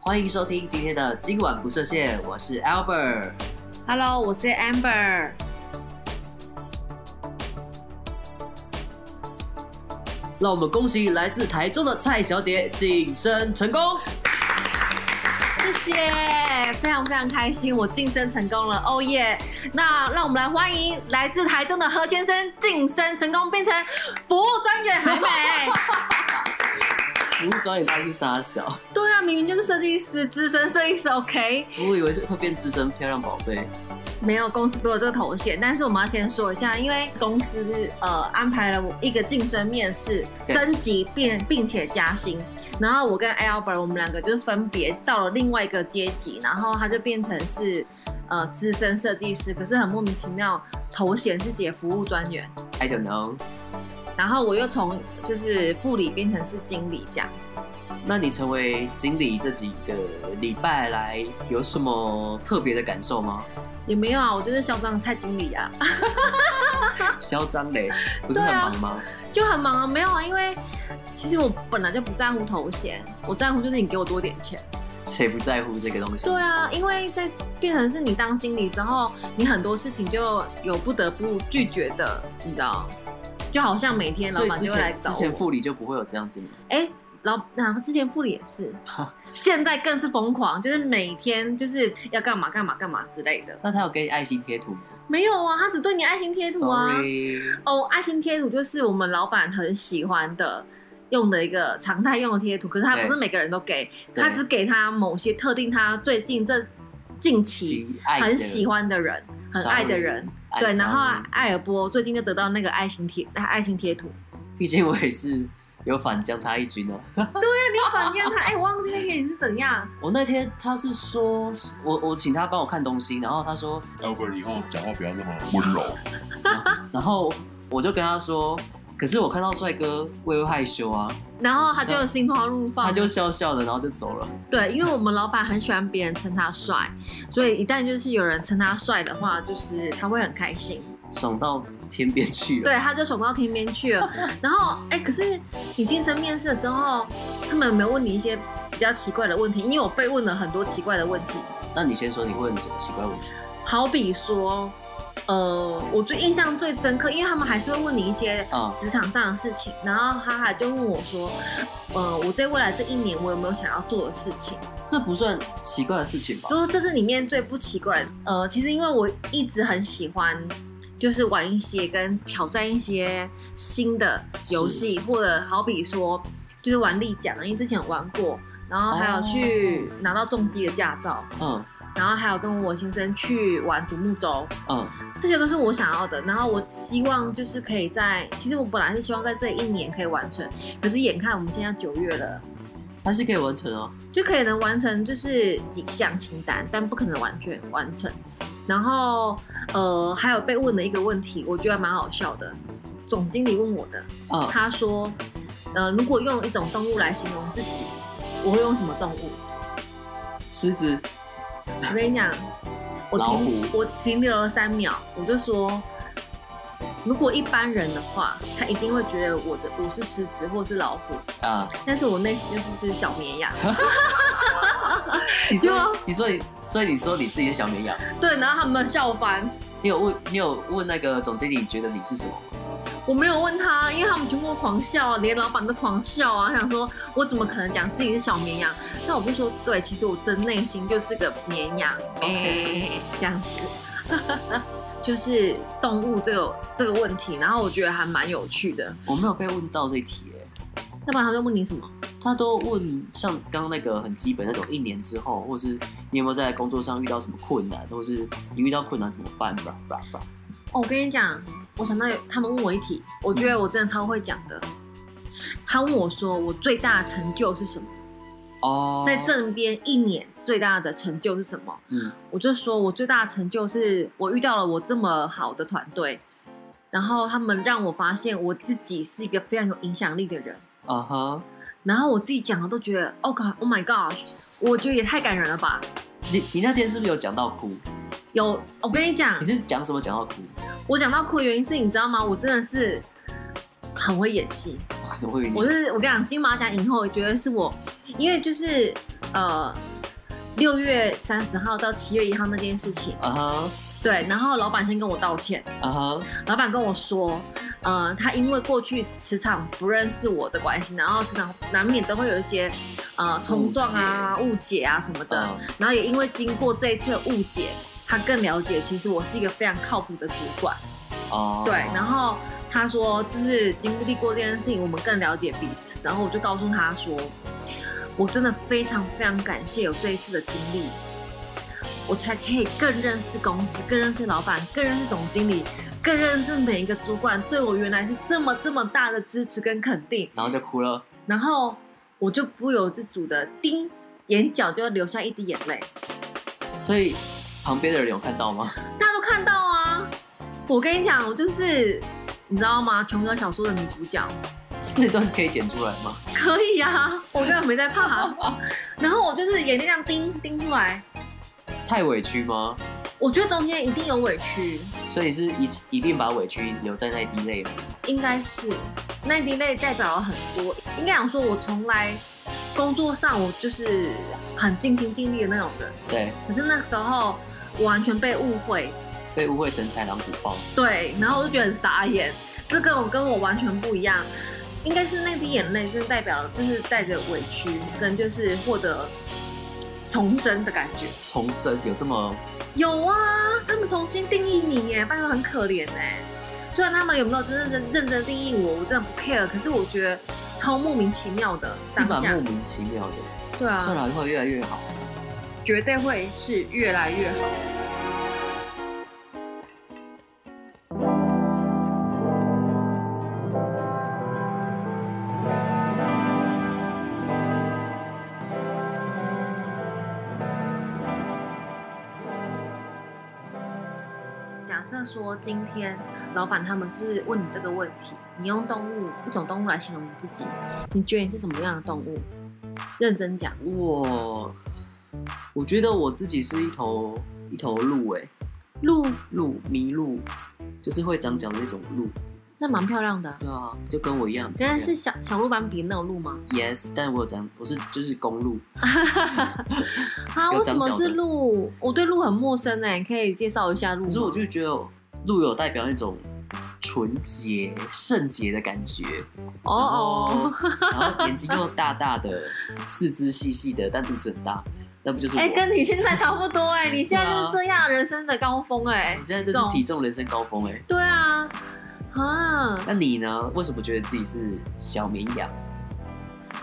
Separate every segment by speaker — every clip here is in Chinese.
Speaker 1: 欢迎收听今天的今晚不设限，我是 Albert。
Speaker 2: Hello，我是 Amber。
Speaker 1: 让我们恭喜来自台中的蔡小姐晋升成功。
Speaker 2: 谢谢，非常非常开心，我晋升成功了，哦耶！那让我们来欢迎来自台中的何先生晋升成功，变成服务专员海美。
Speaker 1: 服务专员到底是傻 小，
Speaker 2: 对啊，明明就是设计师，资深设计师，OK，
Speaker 1: 我以为是会变资深漂亮宝贝。
Speaker 2: 没有公司都有这个头衔，但是我们要先说一下，因为公司呃安排了我一个晋升面试，
Speaker 1: 对
Speaker 2: 升级并并且加薪。然后我跟 Albert 我们两个就是分别到了另外一个阶级，然后他就变成是呃资深设计师，可是很莫名其妙头衔是写服务专员，
Speaker 1: I don't know。
Speaker 2: 然后我又从就是副理变成是经理这样子。
Speaker 1: 那你成为经理这几个礼拜来有什么特别的感受吗？
Speaker 2: 也没有啊，我就是嚣张的蔡经理啊。
Speaker 1: 嚣张嘞，不是很忙吗？
Speaker 2: 就很啊忙啊，没有啊，因为其实我本来就不在乎头衔，我在乎就是你给我多点钱。
Speaker 1: 谁不在乎这个东西？
Speaker 2: 对啊，因为在变成是你当经理之后，你很多事情就有不得不拒绝的，你知道？就好像每天老
Speaker 1: 所以
Speaker 2: 板
Speaker 1: 之
Speaker 2: 就会来
Speaker 1: 前
Speaker 2: 找
Speaker 1: 之前
Speaker 2: 我，
Speaker 1: 副理就不会有这样子吗？
Speaker 2: 哎、老那、之前副理也 是，现在更是疯狂，就是每天就是要干嘛干嘛干嘛之类的。
Speaker 1: 那他有给你爱心贴图吗
Speaker 2: 没有啊，他只对你爱心贴图啊。
Speaker 1: ？Sorry，
Speaker 2: 哦，爱心贴图就是我们老板很喜欢的用的一个常态用的贴图，可是他
Speaker 1: 对
Speaker 2: 不是每个人都给，
Speaker 1: 对
Speaker 2: 他只给他某些特定他最近这近期
Speaker 1: 亲爱的
Speaker 2: 很喜欢的人，很爱的人。
Speaker 1: 爱
Speaker 2: 对，然后啊
Speaker 1: 上
Speaker 2: 艾尔波最近就得到那个爱心贴，爱心贴图。
Speaker 1: 毕竟我也是有反将他一军哦。
Speaker 2: 那你反面他，哎，我忘记那天你是怎样，
Speaker 1: 我那天他是说，我我请他帮我看东西，然后他说，
Speaker 3: Albert 以后讲话不要那么温柔。
Speaker 1: 然后我就跟他说，可是我看到帅哥，我也会害羞啊。
Speaker 2: 然后他就心花怒放，
Speaker 1: 他就笑笑的，然后就走了。
Speaker 2: 对，因为我们老板很喜欢别人称他帅，所以一旦就是有人称他帅的话，就是他会很开心。
Speaker 1: 爽到天边去了。
Speaker 2: 对，他就爽到天边去了。然后，哎、可是你晋升面试的时候，他们有没有问你一些比较奇怪的问题？因为我被问了很多奇怪的问题，
Speaker 1: 那你先说，你问什么奇怪问题？
Speaker 2: 好比说，呃，我最印象最深刻，因为他们还是会问你一些
Speaker 1: 啊
Speaker 2: 职场上的事情，然后他还就问我说，呃，我在未来这一年我有没有想要做的事情？
Speaker 1: 这不算奇怪的事情吧？
Speaker 2: 就是这是里面最不奇怪的。呃，其实因为我一直很喜欢，就是玩一些跟挑战一些新的游戏，或者好比说就是玩立奖，因为之前有玩过，然后还有去拿到重机的驾照，
Speaker 1: 嗯
Speaker 2: 然后还有跟我先生去玩独木舟，
Speaker 1: 嗯，
Speaker 2: 这些都是我想要的。然后我希望就是可以在，其实我本来是希望在这一年可以完成，可是眼看我们现在九月了。
Speaker 1: 还是可以完成哦。
Speaker 2: 就可以能完成就是几项清单，但不可能完全完成。然后呃，还有被问的一个问题，我觉得蛮好笑的，总经理问我的，
Speaker 1: 嗯，
Speaker 2: 他说，呃，如果用一种动物来形容自己，我会用什么动物？
Speaker 1: 狮子，
Speaker 2: 我跟你讲，我
Speaker 1: 老虎
Speaker 2: 停我停留了三秒，我就说。如果一般人的话，他一定会觉得我的我是狮子或是老虎，
Speaker 1: 啊，
Speaker 2: 但是我内心就是是小绵羊。
Speaker 1: 你
Speaker 2: 结
Speaker 1: 说
Speaker 2: 果
Speaker 1: 你说你，所以你说你自己是小绵羊，
Speaker 2: 对，然后他们笑翻，
Speaker 1: 你有问你有问那个总经理，你觉得你是什么？
Speaker 2: 我没有问他，因为他们全部狂笑啊，连老板都狂笑啊，想说我怎么可能讲自己是小绵羊？但我不说，对，其实我真内心就是个绵羊，
Speaker 1: OK
Speaker 2: 这样子， 就是动物这个这个问题，然后我觉得还蛮有趣的。
Speaker 1: 我没有被问到这一题耶、
Speaker 2: 要不然他就问你什么？
Speaker 1: 他都问像刚刚那个很基本那种一年之后，或是你有没有在工作上遇到什么困难，或是你遇到困难怎么办吧吧吧。
Speaker 2: 哦，我跟你讲，我想到有他们问我一题，我觉得我真的超会讲的。他问我说，我最大的成就是什么？
Speaker 1: 哦，
Speaker 2: 在，这边一年最大的成就是什么？
Speaker 1: 嗯，
Speaker 2: 我就说我最大的成就是我遇到了我这么好的团队，然后他们让我发现我自己是一个非常有影响力的人。
Speaker 1: 啊哈，
Speaker 2: 然后我自己讲的都觉得，Oh God，Oh my God，我觉得也太感人了吧！
Speaker 1: 你你那天是不是有讲到哭？
Speaker 2: 有，我跟你讲
Speaker 1: 你，是讲什么讲到哭？
Speaker 2: 我讲到哭的原因是你知道吗？我真的是很会演戏。
Speaker 1: 我会
Speaker 2: 我是我跟你讲，金马奖影后，我觉得是我，因为就是呃，六月三十号到七月一号那件事情，
Speaker 1: 啊哈，
Speaker 2: 对，然后老板先跟我道歉，
Speaker 1: 啊哈，
Speaker 2: 老板跟我说，呃，他因为过去职场不认识我的关系，然后时常难免都会有一些呃冲撞啊、误解啊什么的，
Speaker 1: 嗯
Speaker 2: 然后也因为经过这一次的误解，他更了解其实我是一个非常靠谱的主管，
Speaker 1: 哦，
Speaker 2: 对，然后他说就是经历过这件事情，我们更了解彼此，然后我就告诉他说，我真的非常非常感谢有这一次的经历。我才可以更认识公司，更认识老板，更认识总经理，更认识每一个主管对我原来是这么这么大的支持跟肯定，
Speaker 1: 然后就哭了，
Speaker 2: 然后我就不由自主的叮，眼角就要流下一滴眼泪。
Speaker 1: 所以旁边的人有看到吗？
Speaker 2: 大家都看到啊！我跟你讲，我就是你知道吗？琼瑶小说的女主角
Speaker 1: 这段可以剪出来吗？
Speaker 2: 可以啊， 我根本没在怕。 然后我就是眼泪这样盯盯出来，
Speaker 1: 太委屈吗？
Speaker 2: 我觉得中间一定有委屈，
Speaker 1: 所以是一一并把委屈留在那一滴泪吗？
Speaker 2: 应该是那一滴泪代表了很多。应该讲说，我从来工作上我就是很尽心尽力的那种人，
Speaker 1: 对，
Speaker 2: 可是那时候我完全被误会，
Speaker 1: 被误会成豺狼虎豹。
Speaker 2: 对，然后我就觉得很傻眼，这跟我跟我完全不一样。应该是那滴眼泪，真的代表就是带着委屈，跟就是获得重生的感觉。
Speaker 1: 重生有这么
Speaker 2: 有啊，他们重新定义你耶，拜托很可怜哎。虽然他们有没有真正认认真定义我，我真的不 care，可是我觉得超莫名其妙的
Speaker 1: 是
Speaker 2: 当
Speaker 1: 蛮
Speaker 2: 下
Speaker 1: 莫，名其妙的。
Speaker 2: 对啊，
Speaker 1: 算了，会越来越好。
Speaker 2: 绝对会是越来越好。假设说今天老板他们是问你这个问题，你用动物一种动物来形容你自己，你觉得你是什么样的动物？认真讲，
Speaker 1: 我我觉得我自己是一头一头鹿、欸，
Speaker 2: 鹿
Speaker 1: 鹿麋鹿，就是会长角的那种鹿。
Speaker 2: 那蛮漂亮的。
Speaker 1: 对啊，就跟我一样。
Speaker 2: 原来是小小鹿斑比那种鹿吗？
Speaker 1: yes，但我有长，我是就是公鹿。
Speaker 2: 啊，
Speaker 1: 有
Speaker 2: 为什
Speaker 1: 长
Speaker 2: 么
Speaker 1: 角的
Speaker 2: 是鹿？我对鹿很陌生哎，你可以介绍一下鹿吗？
Speaker 1: 可是我就觉得鹿有代表那种纯洁、圣洁的感觉。
Speaker 2: 哦哦，
Speaker 1: 然后，然后眼睛又大大的，四肢细细的，但肚子很大，那不就是我？
Speaker 2: 哎、跟你现在差不 多哎，你现在
Speaker 1: 啊
Speaker 2: 就是这样人生的高峰哎
Speaker 1: 我。现在这是体重人生高峰哎、欸。
Speaker 2: 对啊，啊，
Speaker 1: 那你呢？为什么觉得自己是小绵羊、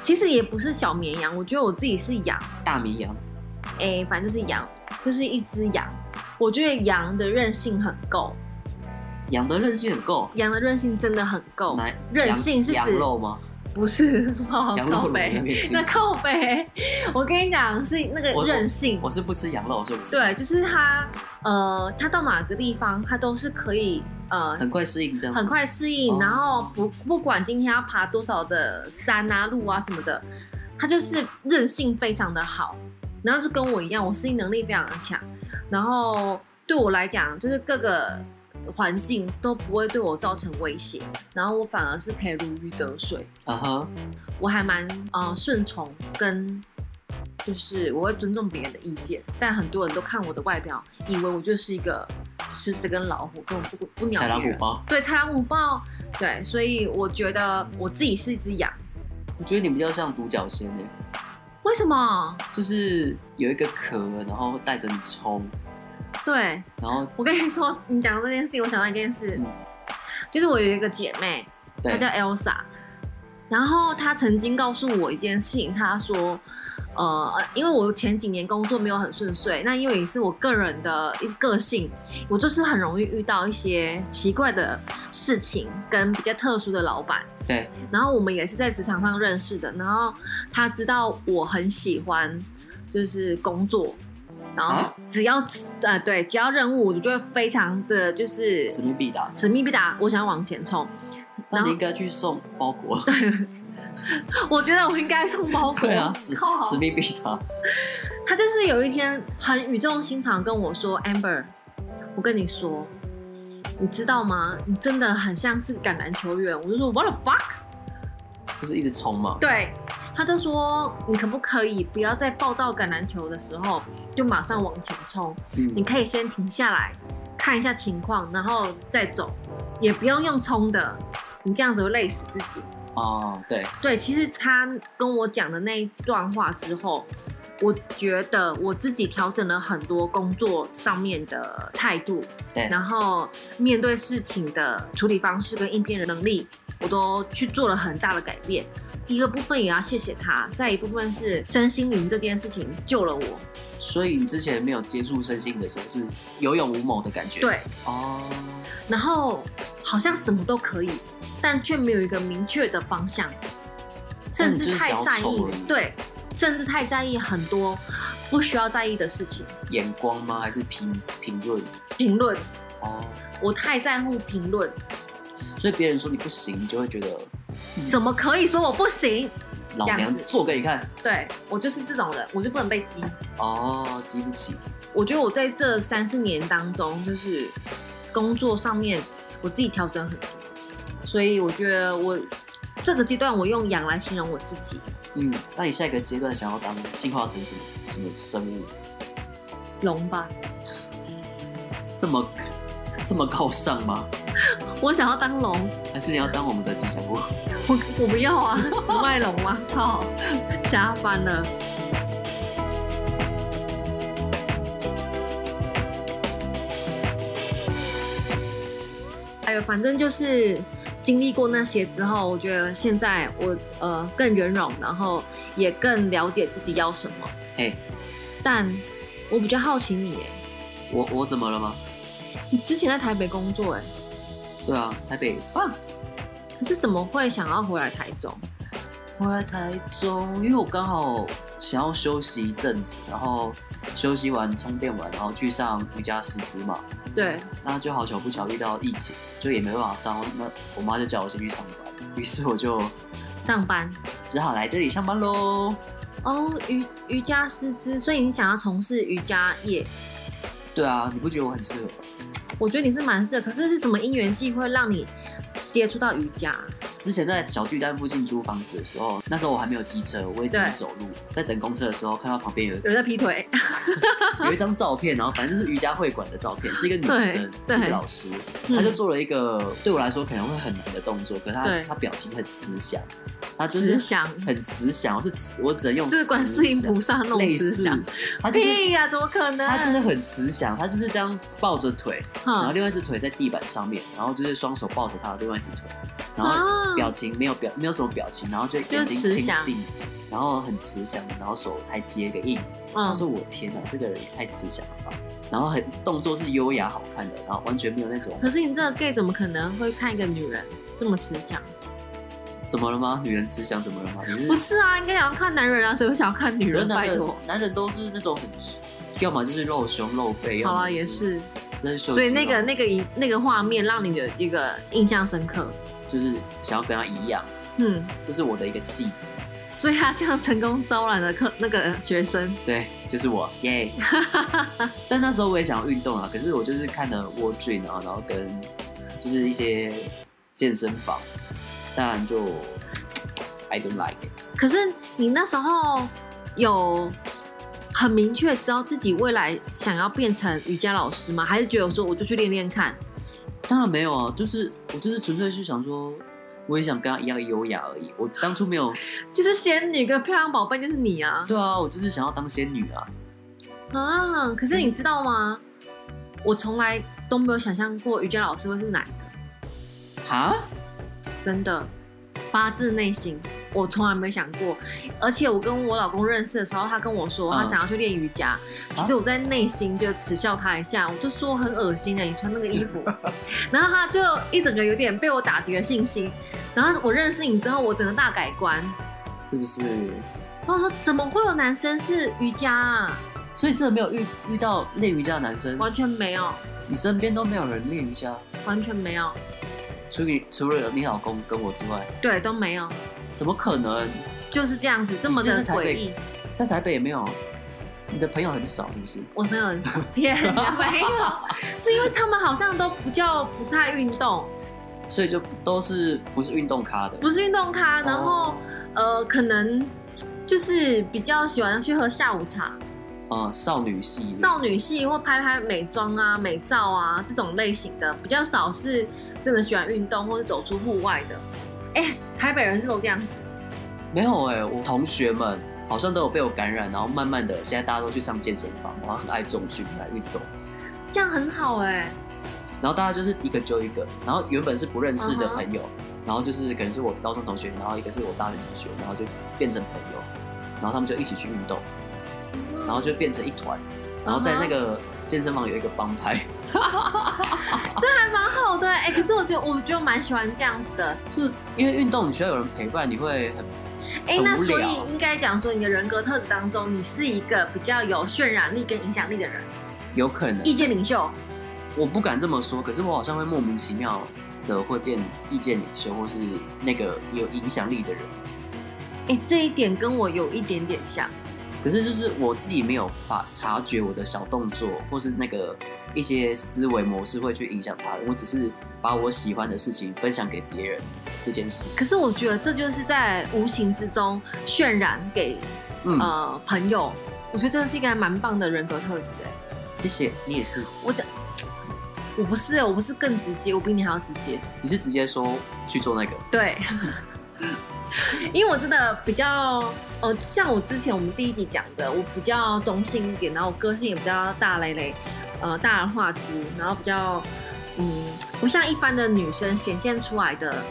Speaker 2: 其实也不是小绵羊，我觉得我自己是羊，
Speaker 1: 大绵羊？
Speaker 2: 哎、反正就是羊，就是一只羊。我觉得羊的韧性很够，
Speaker 1: 羊的韧性很够，
Speaker 2: 羊的韧性真的很够。
Speaker 1: 哪
Speaker 2: 韧
Speaker 1: 羊
Speaker 2: 性是指
Speaker 1: 羊肉吗？
Speaker 2: 不是，哦
Speaker 1: 羊
Speaker 2: 靠
Speaker 1: 肉卤那
Speaker 2: 北，
Speaker 1: 边吃。
Speaker 2: 那靠北，我跟你讲是那个
Speaker 1: 我
Speaker 2: 韧性，
Speaker 1: 我是不吃羊肉，所以我不吃
Speaker 2: 对，就是他，呃，他到哪个地方，他都是可以，呃，
Speaker 1: 很快适应这样子。
Speaker 2: 很快适应，
Speaker 1: 哦
Speaker 2: 然后不不管今天要爬多少的山啊、路啊什么的，他就是韧性非常的好，然后就跟我一样，我适应能力非常的强，然后对我来讲，就是各个环境都不会对我造成威胁，然后我反而是可以如鱼得水，
Speaker 1: 啊哈，
Speaker 2: 我还蛮呃顺从跟。就是我会尊重别人的意见，但很多人都看我的外表，以为我就是一个狮子跟老虎，根本不不鸟
Speaker 1: 豺狼
Speaker 2: 别
Speaker 1: 虎
Speaker 2: 人。
Speaker 1: 豹。
Speaker 2: 对，豺狼虎豹，对，所以我觉得我自己是一只羊。
Speaker 1: 我觉得你比较像独角仙诶、
Speaker 2: 为什么？
Speaker 1: 就是有一个壳，然后带着你冲，
Speaker 2: 对
Speaker 1: 然后
Speaker 2: 我跟你说，你讲这件事情，我想到一件事，
Speaker 1: 嗯
Speaker 2: 就是我有一个姐妹，她
Speaker 1: 对
Speaker 2: 叫 Elsa，然后她曾经告诉我一件事情，她说。呃，因为我前几年工作没有很顺遂，那因为也是我个人的一个性，我就是很容易遇到一些奇怪的事情，跟比较特殊的老板。
Speaker 1: 对
Speaker 2: 然后我们也是在职场上认识的，然后他知道我很喜欢就是工作，然后
Speaker 1: 啊
Speaker 2: 只要、呃对，只要任务我就会非常的就是
Speaker 1: 使命必达。
Speaker 2: 使命必达，我想要往前冲。
Speaker 1: 那
Speaker 2: 然
Speaker 1: 你
Speaker 2: 后啊
Speaker 1: 应该去送包裹，
Speaker 2: 我觉得我应该送包 裹，
Speaker 1: 对 啊，使
Speaker 2: 靠
Speaker 1: 使命必达。
Speaker 2: 他就是有一天很语重心长地跟我说：“Amber，我跟你说，你知道吗？你真的很像是橄榄球员。”我就说：“What the fuck？”
Speaker 1: 就是一直冲嘛。
Speaker 2: 对，他就说你可不可以不要在抱到橄榄球的时候就马上往前冲，你
Speaker 1: 嗯，
Speaker 2: 可以先停下来看一下情况，然后再走，也不用用冲的，你这样子会累死自己。
Speaker 1: 哦，对，
Speaker 2: 对，其实他跟我讲的那一段话之后，我觉得我自己调整了很多工作上面的态度，
Speaker 1: 对
Speaker 2: 然后面对事情的处理方式跟应变能力，我都去做了很大的改变。一个部分也要谢谢他，再一部分是身心灵这件事情救了我。
Speaker 1: 所以你之前没有接触身心的时候是有勇无谋的感觉。，
Speaker 2: 对，
Speaker 1: 哦，
Speaker 2: 然后好像什么都可以，但却没有一个明确的方向，甚至太在
Speaker 1: 那你就是想要
Speaker 2: 意
Speaker 1: 凑而已，
Speaker 2: 对，甚至太在意很多不需要在意的事情。
Speaker 1: 眼光吗？还是评评论？
Speaker 2: 评论，
Speaker 1: 哦，
Speaker 2: 我太在乎评论，
Speaker 1: 嗯所以别人说你不行，你就会觉得
Speaker 2: 怎么可以说嗯我不行？
Speaker 1: 老
Speaker 2: 这
Speaker 1: 娘
Speaker 2: 样子
Speaker 1: 做给你看。
Speaker 2: 对我就是这种人，我就不能被激。
Speaker 1: 哦，激不起。
Speaker 2: 我觉得我在这三四年当中，就是工作上面我自己调整很多，所以我觉得我这个阶段我用养来形容我自己，
Speaker 1: 嗯，那你下一个阶段想要当进化成什么什么生物？
Speaker 2: 龙吧。
Speaker 1: 这么这么高尚吗？
Speaker 2: 我想要当龙，
Speaker 1: 还是你要当我们的吉祥物？
Speaker 2: 我 我不要啊，紫麦龙啊，操，下班了。哎呦，反正就是经历过那些之后，我觉得现在我呃更圆融，然后也更了解自己要什么。
Speaker 1: 嘿，
Speaker 2: 但我比较好奇你，哎，
Speaker 1: 我我怎么了吗？
Speaker 2: 你之前在台北工作，哎，
Speaker 1: 对啊，台北啊，
Speaker 2: 可是怎么会想要回来台中？
Speaker 1: 回来台中，因为我刚好想要休息一阵子，然后休息完充电完，然后去上瑜伽师资嘛。
Speaker 2: 对，
Speaker 1: 那就好巧不巧遇到疫情，就也没办法上，那我妈就叫我先去上班，于是我就
Speaker 2: 上班。
Speaker 1: 只好来这里上班喽。
Speaker 2: 哦，瑜瑜伽师资，所以你想要从事瑜伽业，
Speaker 1: 对啊，你不觉得我很适合？
Speaker 2: 我觉得你是蛮适合。可是是什么因缘际会让你接触到瑜伽？
Speaker 1: 之前在小巨蛋附近租房子的时候，那时候我还没有机车，我也只能
Speaker 2: 对
Speaker 1: 走路。在等公车的时候，看到旁边有一个
Speaker 2: 有人在劈腿，
Speaker 1: 有一张照片，然后反正是瑜伽会馆的照片，是一个女
Speaker 2: 对
Speaker 1: 生，是
Speaker 2: 对
Speaker 1: 一个老师，
Speaker 2: 嗯
Speaker 1: 她就做了一个对我来说可能会很难的动作，可是她
Speaker 2: 对
Speaker 1: 她表情很慈祥，她就
Speaker 2: 慈
Speaker 1: 是
Speaker 2: 祥，
Speaker 1: 很慈祥，我是慈我只能用
Speaker 2: 是观世音菩
Speaker 1: 萨
Speaker 2: 萨那种慈祥。，
Speaker 1: 她就是
Speaker 2: 屁呀、怎么可能？
Speaker 1: 她真的很慈祥，她就是这样抱着腿，然后
Speaker 2: 哼
Speaker 1: 另外一只腿在地板上面，然后就是双手抱着她的另外一只腿，然后
Speaker 2: 啊
Speaker 1: 表情没有表没有什么表情，然后就眼睛
Speaker 2: 就是慈
Speaker 1: 轻
Speaker 2: 祥
Speaker 1: 闭，然后很慈祥，然后手还接个印。他说
Speaker 2: 嗯，
Speaker 1: 我天哪，这个人也太慈祥了吧。然后很动作是优雅好看的，然后完全没有那 种
Speaker 2: 可是你这个 gay 怎么可能会看一个女人这么慈祥？
Speaker 1: 怎么了吗？女人慈祥怎么了吗？你是
Speaker 2: 不是啊，应该想要看男人啊，谁会想要看女
Speaker 1: 可是
Speaker 2: 人？
Speaker 1: 男
Speaker 2: 拜
Speaker 1: 人
Speaker 2: 托。，
Speaker 1: 男人都是那种很，要么就是露胸露背，
Speaker 2: 好
Speaker 1: 要
Speaker 2: 啦，
Speaker 1: 么
Speaker 2: 也
Speaker 1: 就是
Speaker 2: 是，
Speaker 1: 真是秀肌肉。
Speaker 2: 所以那个那个一那个画面让你的一个印象深刻。
Speaker 1: 就是想要跟他一样，
Speaker 2: 嗯，
Speaker 1: 这是我的一个气质。
Speaker 2: 所以他这样成功招揽了客那个学生，
Speaker 1: 对，就是我 耶。但那时候我也想要运动啊，可是我就是看了沃俊啊，然后跟就是一些健身房，当然就 I don't like it。
Speaker 2: 可是你那时候有很明确知道自己未来想要变成瑜伽老师吗？还是觉得说我就去练练看？
Speaker 1: 当然没有啊，就是我就是纯粹是想说，我也想跟他一样优雅而已。我当初没有，
Speaker 2: 就是仙女跟漂亮宝贝就是你啊
Speaker 1: 对啊，我就是想要当仙女啊。
Speaker 2: 啊！可是你知道吗？我从来都没有想象过瑜伽老师会是哪一个，
Speaker 1: 哈？
Speaker 2: 真的发自内心，我从来没想过。而且我跟我老公认识的时候，他跟我说
Speaker 1: 嗯
Speaker 2: 他想要去练瑜伽，其实我在内心就耻笑他一下，我就说很恶心欸的，你穿那个 衣服，然后他就一整个有点被我打击了信心。然后我认识你之后，我整个大改观，
Speaker 1: 是不是？
Speaker 2: 然后我说怎么会有男生是瑜伽啊？
Speaker 1: 所以真的没有遇遇到练瑜伽的男生，
Speaker 2: 完全没有，
Speaker 1: 你身边都没有人练瑜伽，
Speaker 2: 完全没有，
Speaker 1: 除你除了你老公跟我之外，
Speaker 2: 对，都没有，
Speaker 1: 怎么可能？
Speaker 2: 就是这样子，这么
Speaker 1: 你
Speaker 2: 的
Speaker 1: 真的台
Speaker 2: 诡
Speaker 1: 北
Speaker 2: 异。
Speaker 1: 在台北也没有，你的朋友很少，是不是？
Speaker 2: 我没有很 少骗，没有，是因为他们好像都比较不太运动，
Speaker 1: 所以就都是不是运动咖的，哦
Speaker 2: 不是运动咖，然后、呃，可能就是比较喜欢去喝下午茶，
Speaker 1: 啊、少女系列
Speaker 2: 嗯少女系或拍拍美妆啊、美照啊这种类型的，比较少是真的喜欢运动或是走出户外的。哎、台北人是都这样子，
Speaker 1: 没有哎、我同学们好像都有被我感染，然后慢慢的现在大家都去上健身房，然后很爱重训来运动，
Speaker 2: 这样很好哎、
Speaker 1: 然后大家就是一个揪一个，然后原本是不认识的
Speaker 2: 嗯哼
Speaker 1: 朋友然后就是可能是我高中同学，然后一个是我大学同学，然后就变成朋友，然后他们就一起去运动，然后就变成一团，
Speaker 2: 嗯
Speaker 1: 然后在那个健身房有一个帮派，
Speaker 2: 还蛮好的哎、可是我觉得我就蛮喜欢这样子的
Speaker 1: 就是因为运动你需要有人陪伴，你会很
Speaker 2: 哎、
Speaker 1: 很
Speaker 2: 那
Speaker 1: 无
Speaker 2: 所以
Speaker 1: 聊
Speaker 2: 应该讲说你的人格特质当中，你是一个比较有渲染力跟影响力的人，
Speaker 1: 有可能
Speaker 2: 意见领袖。
Speaker 1: 我不敢这么说，可是我好像会莫名其妙的会变意见领袖，或是那个有影响力的人。
Speaker 2: 哎、这一点跟我有一点点像。
Speaker 1: 可是就是我自己没有发察觉我的小动作，或是那个一些思维模式会去影响他人。我只是把我喜欢的事情分享给别人这件事。
Speaker 2: 可是我觉得这就是在无形之中渲染给
Speaker 1: 嗯，
Speaker 2: 呃朋友，我觉得这是一个还蛮棒的人格特质哎。
Speaker 1: 谢谢你也是，
Speaker 2: 我讲，我不是，我不是更直接，我比你还要直接。
Speaker 1: 你是直接说去做那个，
Speaker 2: 对， 因为我真的比较呃，像我之前我们第一集讲的，我比较中性一点，然后我个性也比较大咧咧，呃，大而化之，然后比较嗯，不像一般的女生显现出来的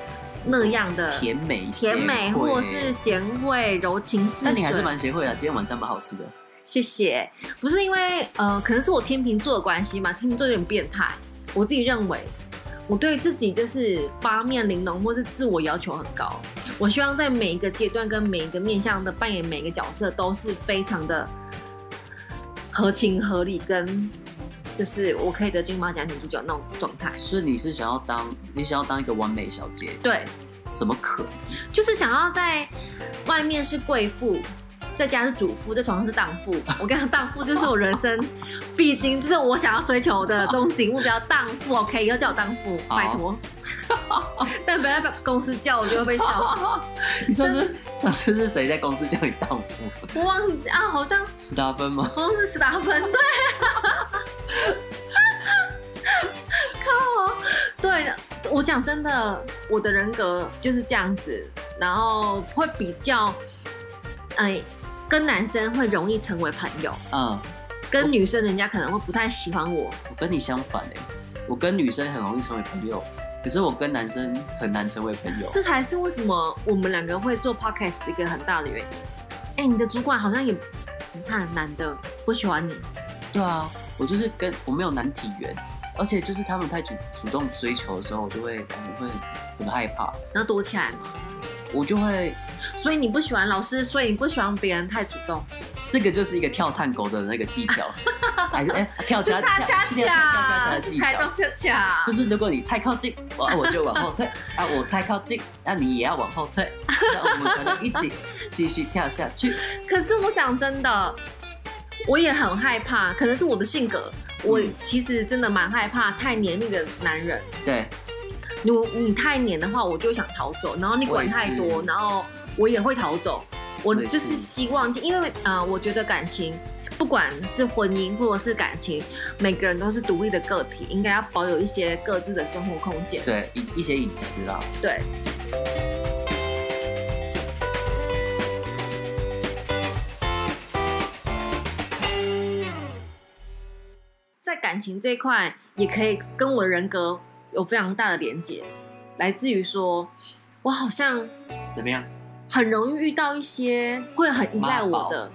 Speaker 2: 那样的
Speaker 1: 甜美
Speaker 2: 甜美，
Speaker 1: 协会欸
Speaker 2: 或者是贤惠、柔情似水。
Speaker 1: 但你还是蛮协会的啊，今天晚餐蛮好吃的。
Speaker 2: 谢谢，不是因为呃，可能是我天秤座的关系嘛，天秤座有点变态，我自己认为，我对自己就是八面玲珑，或是自我要求很高。我希望在每一个阶段跟每一个面向的扮演每一个角色都是非常的合情合理，跟就是我可以得金马奖女主角那种状态。
Speaker 1: 所以你是想要当你想要当一个完美小姐？
Speaker 2: 对，
Speaker 1: 怎么可能？
Speaker 2: 就是想要在外面是贵妇，在家是主妇，在床上是荡妇。我跟你讲，荡妇就是我人生必经，就是我想要追求的终极目标。荡妇，OK，要叫我荡妇，
Speaker 1: 好
Speaker 2: 拜托。 但不要在公司叫我，就会被笑。
Speaker 1: 你上次上次是谁在公司叫你荡妇？
Speaker 2: 我忘记啊，好像
Speaker 1: 斯达芬 吗？
Speaker 2: 好像是史达芬，对。 靠，对的，我讲真的，我的人格就是这样子，然后会比较，哎，跟男生会容易成为朋友，
Speaker 1: 嗯，
Speaker 2: 跟女生人家可能会不太喜欢我。
Speaker 1: 我跟你相反哎、我跟女生很容易成为朋友，可是我跟男生很难成为朋友。
Speaker 2: 这才是为什么我们两个会做 podcast 的一个很大的原因。哎，你的主管好像也，你看男的不喜欢你，
Speaker 1: 对啊，我就是跟我没有男体缘，而且就是他们太主主动追求的时候，我就会我会很很害怕，
Speaker 2: 然后躲起来嘛。
Speaker 1: 我就会
Speaker 2: 所以你不喜欢老师，所以你不喜欢别人太主动。
Speaker 1: 这个就是一个跳探狗的那个技巧，还是哎、跳
Speaker 2: 就
Speaker 1: 恰
Speaker 2: 恰恰
Speaker 1: 跳恰恰
Speaker 2: 恰
Speaker 1: 的，技
Speaker 2: 台
Speaker 1: 巧
Speaker 2: 中。恰恰，
Speaker 1: 就是如果你太靠近，我我就往后 退啊；我太靠近，那你也要往后退，那我们可能一起继续跳下去。
Speaker 2: 可是我讲真的，我也很害怕，可能是我的性格，我
Speaker 1: 嗯
Speaker 2: 其实真的蛮害怕太黏腻的男人。
Speaker 1: 对，
Speaker 2: 你你太黏的话，我就想逃走，然后你管太
Speaker 1: 我也
Speaker 2: 多，
Speaker 1: 是
Speaker 2: 然后我也会逃走。我
Speaker 1: 我也
Speaker 2: 就是是希望，因为呃，我觉得感情，不管是婚姻或者是感情，每个人都是独立的个体，应该要保有一些各自的生活空间。
Speaker 1: 对一一些隐私啦。
Speaker 2: 对。在感情这一块，也可以跟我的人格有非常大的连接，来自于说，我好像
Speaker 1: 怎么样？
Speaker 2: 很容易遇到一些会很依赖我的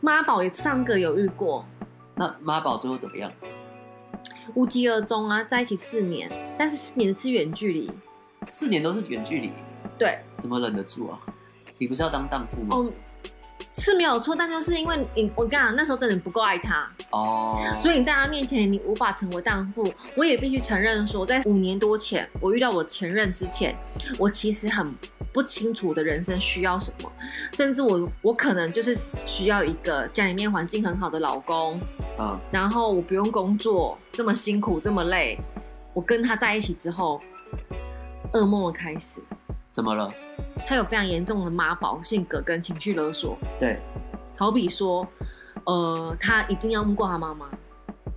Speaker 2: 妈宝，也上个有遇过，
Speaker 1: 那妈宝最后怎么样？
Speaker 2: 无疾而终啊，在一起四年，但是四年是远距离，
Speaker 1: 四年都是远距离，
Speaker 2: 对，
Speaker 1: 怎么忍得住啊？你不是要当荡妇吗？
Speaker 2: 哦，是没有错，但就是因为你，我跟你讲，那时候真的不够爱他，
Speaker 1: 哦，
Speaker 2: 所以你在他面前你无法成为荡妇。我也必须承认说，在五年多前，我遇到我前任之前，我其实很不清楚我的人生需要什么，甚至我我可能就是需要一个家里面环境很好的老公，
Speaker 1: 嗯，
Speaker 2: 然后我不用工作这么辛苦这么累。我跟他在一起之后，噩梦的开始。
Speaker 1: 怎么了？
Speaker 2: 他有非常严重的妈宝性格跟情绪勒索，
Speaker 1: 对，
Speaker 2: 好比说，呃，他一定要问过他妈妈，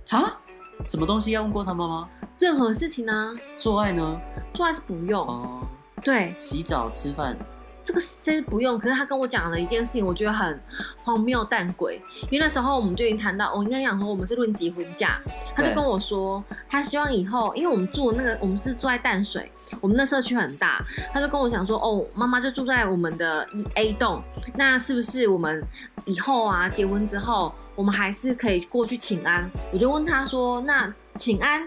Speaker 1: 啊，什么东西要问过他妈妈？
Speaker 2: 任何事情啊呢、
Speaker 1: 做爱呢？
Speaker 2: 做还是不用，
Speaker 1: 哦，
Speaker 2: 对，
Speaker 1: 洗澡、吃饭，
Speaker 2: 这个真是不用。可是他跟我讲了一件事情，我觉得很荒谬蛋鬼。因为那时候我们就已经谈到，我应该讲说我们是论及婚嫁，他就
Speaker 1: 对
Speaker 2: 跟我说，他希望以后，因为我们住的那个，我们是住在淡水，我们那社区很大，他就跟我讲说，哦，妈妈就住在我们的一 A 栋，那是不是我们以后啊结婚之后，我们还是可以过去请安？我就问他说，那请安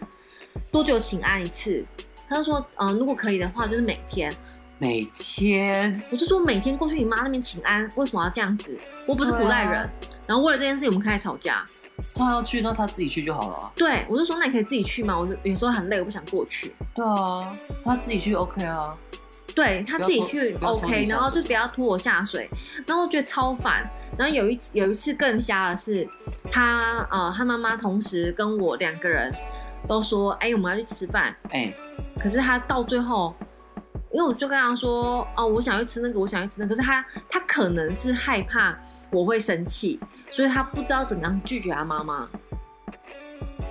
Speaker 2: 多久请安一次？他就说，嗯、如果可以的话，就是每天。
Speaker 1: 每天
Speaker 2: 我就说每天过去你妈那边请安，为什么要这样子？我不是古代人。
Speaker 1: 对啊
Speaker 2: 然后为了这件事情，我们开始吵架。
Speaker 1: 他要去，那他自己去就好了啊。
Speaker 2: 对我就说，那你可以自己去嘛。我就有时候很累，我不想过去。
Speaker 1: 对啊，他自己去 OK 啊。
Speaker 2: 对他自己去
Speaker 1: 不要拖不要拖
Speaker 2: OK，
Speaker 1: 你下水
Speaker 2: 然后就不要拖我下水。然后我觉得超烦。然后有一有一次更瞎的是，他呃他妈妈同时跟我两个人都说，哎、我们要去吃饭。
Speaker 1: 哎、
Speaker 2: 可是他到最后，因为我就跟他说，哦，我想要去吃那个，我想要去吃那个。可是他他可能是害怕我会生气，所以他不知道怎么样拒绝他妈妈。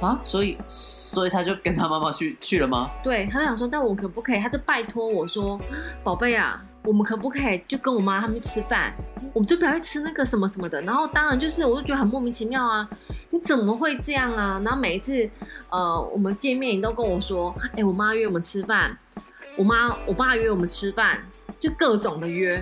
Speaker 1: 啊，所以所以他就跟他妈妈去去了吗？
Speaker 2: 对，他就想说，那我可不可以？他就拜托我说，宝贝啊，我们可不可以就跟我妈他们去吃饭？我们就不要去吃那个什么什么的。然后当然就是，我就觉得很莫名其妙啊，你怎么会这样啊？然后每一次，呃，我们见面，你都跟我说，哎、我妈约我们吃饭，我妈我爸约我们吃饭，就各种的约，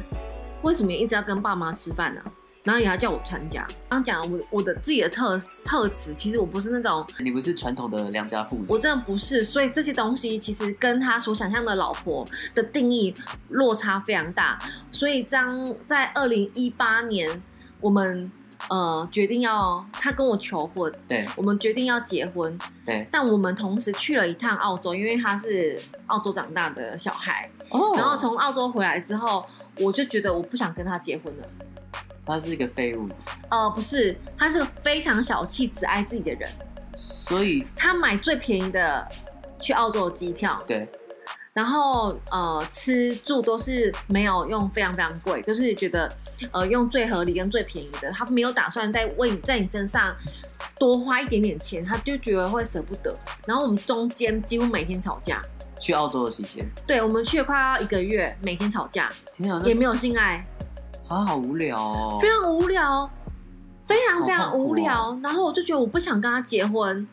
Speaker 2: 为什么一直要跟爸妈吃饭呢、然后也要叫我参加。刚讲我我的自己的特特质，其实我不是那种
Speaker 1: 你不是传统的良家妇女，
Speaker 2: 我真的不是，所以这些东西其实跟他所想象的老婆的定义落差非常大。所以当在二零一八年，我们呃决定要他跟我求婚，
Speaker 1: 对
Speaker 2: 我们决定要结婚，
Speaker 1: 对
Speaker 2: 但我们同时去了一趟澳洲，因为他是澳洲长大的小孩，
Speaker 1: 哦
Speaker 2: 然后从澳洲回来之后，我就觉得我不想跟他结婚了。
Speaker 1: 他是一个废物，
Speaker 2: 呃，不是，他是个非常小气、只爱自己的人。
Speaker 1: 所以
Speaker 2: 他买最便宜的去澳洲的机票，
Speaker 1: 对
Speaker 2: 然后呃，吃住都是没有用非常非常贵，就是觉得呃用最合理跟最便宜的，他没有打算再为你在你身上多花一点点钱，他就觉得会舍不得。然后我们中间几乎每天吵架，
Speaker 1: 去澳洲的期间，
Speaker 2: 对我们去了快要一个月，每天吵架，
Speaker 1: 天啊，
Speaker 2: 也没
Speaker 1: 有
Speaker 2: 有性爱，
Speaker 1: 啊，好无聊哦。
Speaker 2: 非常无聊，非常非
Speaker 1: 好
Speaker 2: 常
Speaker 1: 痛苦哦
Speaker 2: 无聊。然后我就觉得我不想跟他结婚，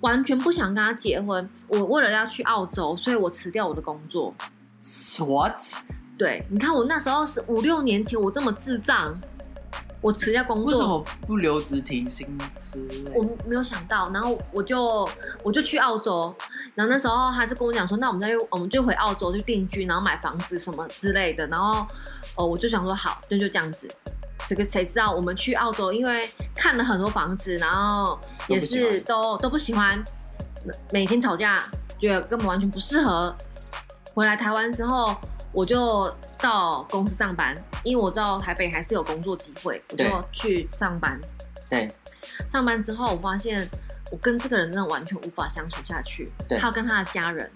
Speaker 2: 完全不想跟他结婚。我为了要去澳洲，所以我辞掉我的工作。
Speaker 1: what？
Speaker 2: 对，你看我那时候是五六年前，我这么智障，我辞掉工作，
Speaker 1: 哎为什么不留职停薪之类？
Speaker 2: 我没有想到？然后我就我就去澳洲，然后那时候他是跟我讲说，那我们再去我们就回澳洲去定居，然后买房子什么之类的。然后呃，我就想说好，那就这样子。这个谁知道我们去澳洲，因为看了很多房子，然后也是都都不喜欢，每天吵架，觉得根本完全不适合。回来台湾之后，我就到公司上班，因为我知道台北还是有工作机会，我就
Speaker 1: 对
Speaker 2: 去上班。
Speaker 1: 对
Speaker 2: 上班之后，我发现我跟这个人真的完全无法相处下去。
Speaker 1: 对
Speaker 2: 还有跟他的家人，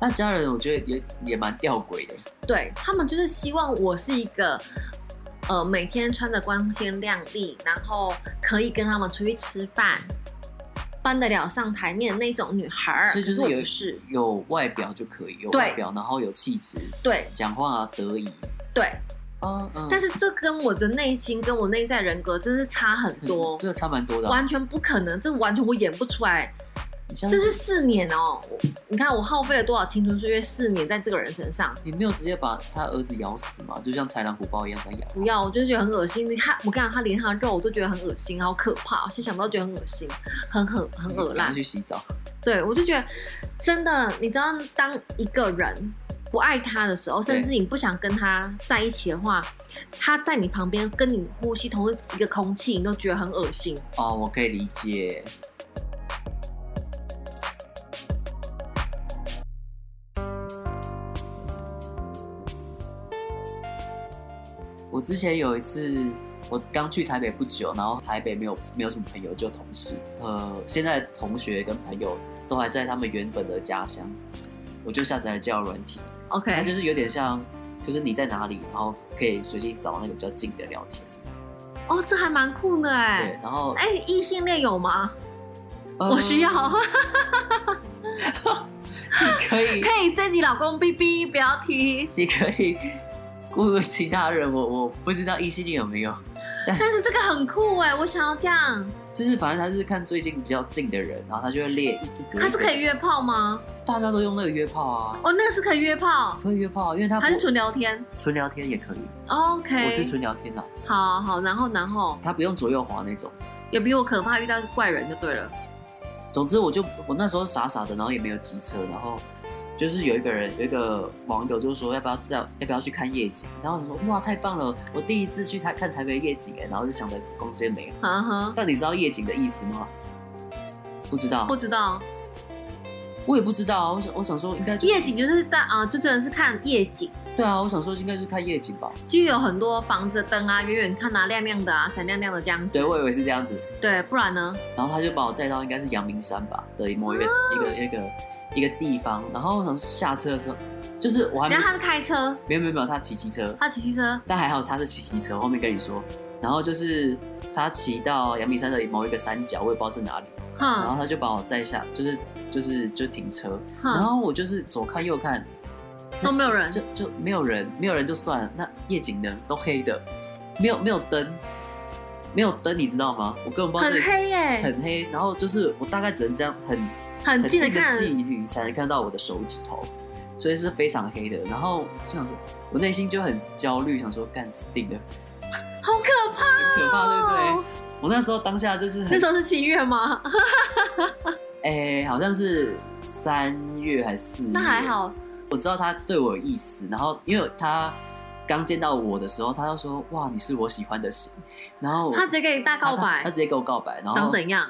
Speaker 1: 他家人，我觉得也也蛮吊诡的。
Speaker 2: 对他们就是希望我是一个，呃，每天穿的光鲜亮丽，然后可以跟他们出去吃饭，搬得了上台面的那种女孩儿。
Speaker 1: 所以就
Speaker 2: 啊可
Speaker 1: 是
Speaker 2: 是我
Speaker 1: 有
Speaker 2: 不是，
Speaker 1: 有外表就可以，有
Speaker 2: 对
Speaker 1: 外表，然后有气质，
Speaker 2: 对
Speaker 1: 讲话得宜。
Speaker 2: 对，
Speaker 1: 嗯嗯，
Speaker 2: 但是这跟我的内心跟我内在人格真是差很
Speaker 1: 很
Speaker 2: 多，
Speaker 1: 这个差蛮多的啊。
Speaker 2: 完全不可能，这完全我演不出来。
Speaker 1: 你像
Speaker 2: 这是四年哦，我你看我耗费了多少青春岁月，四年在这个人身上。
Speaker 1: 你没有直接把他儿子咬死嘛？就像豺狼虎豹一样在咬。
Speaker 2: 不要，我就是觉得很恶心。你看，我看他连他的肉我都觉得很恶心，好可怕。我现在想到觉得很恶心，很很很
Speaker 1: 赶
Speaker 2: 恶
Speaker 1: 快
Speaker 2: 烂。
Speaker 1: 去洗澡。
Speaker 2: 对，我就觉得真的，你知道，当一个人不爱他的时候，甚至你不想跟他在一起的话，他在你旁边跟你呼吸同一个空气，你都觉得很恶心。
Speaker 1: 哦，我可以理解。我之前有一次，我刚去台北不久，然后台北没有没有什么朋友，就同事。呃，现在同学跟朋友都还在他们原本的家乡，我就下载了交友软体，它
Speaker 2: OK，
Speaker 1: 就是有点像，就是你在哪里，然后可以随机找那个比较近的聊天。
Speaker 2: 哦，这还蛮酷的
Speaker 1: 对
Speaker 2: 哎，。
Speaker 1: 然后、
Speaker 2: 哎，异性恋有吗？
Speaker 1: 呃
Speaker 2: 我需要，
Speaker 1: 你可以，
Speaker 2: 嘿，这集老公 B B 不要提。
Speaker 1: 你可以问问其他人，我我不知道异性恋有没有，
Speaker 2: 但是这个很酷哎，我想要这样。
Speaker 1: 就是反正他就是看最近比较近的人，然后他就会列一一个。
Speaker 2: 它是可以约，炮吗？
Speaker 1: 大家都用那个约炮啊，
Speaker 2: 哦，那个是可以约炮，
Speaker 1: 可以约炮啊，因为他不
Speaker 2: 还是纯聊天
Speaker 1: 纯聊天也可以，
Speaker 2: ？OK，
Speaker 1: 我是纯聊天的，
Speaker 2: 好好，然后然后
Speaker 1: 他不用左右滑那种。
Speaker 2: 也比我可怕，遇到是怪人就对了。
Speaker 1: 总之，我就我那时候傻傻的，然后也没有机车，然后就是有一个人，有一个网友就说要不要再要不要去看夜景，然后我说哇太棒了，我第一次去台看台北夜景哎，然后就想着光些美好。
Speaker 2: 哈啊哈，
Speaker 1: 但你知道夜景的意思吗？不知道
Speaker 2: 不，知道
Speaker 1: 我也不知道啊。我想我想说应该就是
Speaker 2: 夜景就是在啊、就真的是看夜景，
Speaker 1: 对啊，我想说应该就是看夜景吧。
Speaker 2: 就有很多房子的灯啊，远远看啊，亮亮的啊，闪亮亮的这样子
Speaker 1: 对，。我以为是这样子。
Speaker 2: 对，不然呢？
Speaker 1: 然后他就把我载到应该是阳明山吧的某
Speaker 2: 啊
Speaker 1: 一个、一个一个一个地方，然后我想下车的时候，啊就是我还没
Speaker 2: 然后他是开车，
Speaker 1: 没有没有没有他骑机车，
Speaker 2: 他骑机车，
Speaker 1: 但还好他是骑机车，后面跟你说，然后就是他骑到阳明山的某一个山脚，我也不知道是哪里，然
Speaker 2: 哼
Speaker 1: 后他就把我载下，就是就是就停车，然
Speaker 2: 哼，
Speaker 1: 后我就是左看右看，
Speaker 2: 嗯都没有人，
Speaker 1: 就就没有人，没有人就算了，那夜景呢都黑的，没有没有灯，没有灯，你知道吗？我根本不知道
Speaker 2: 很
Speaker 1: 这里
Speaker 2: 黑耶、
Speaker 1: 很黑，然后就是我大概只能这样很
Speaker 2: 很
Speaker 1: 很近
Speaker 2: 近的
Speaker 1: 的
Speaker 2: 看，
Speaker 1: 距离才能看到我的手指头，所以是非常黑的。然后就想说，我内心就很焦虑，想说干死定了，
Speaker 2: 好可怕
Speaker 1: 很可怕，对不
Speaker 2: 哦
Speaker 1: 啊对？！我那时候当下就是
Speaker 2: 那
Speaker 1: 很
Speaker 2: 时，候是七 月吗？
Speaker 1: 哎、好像是三月还是四月，
Speaker 2: 那还。好，
Speaker 1: 我知道他对我有意思，然后因为他刚见到我的时候，他就说：“哇，你是我喜欢的型。”然后
Speaker 2: 他直接给你大
Speaker 1: 他
Speaker 2: 告
Speaker 1: 他
Speaker 2: 白
Speaker 1: 嗯他，哦直接跟我告白，然后
Speaker 2: 长怎样？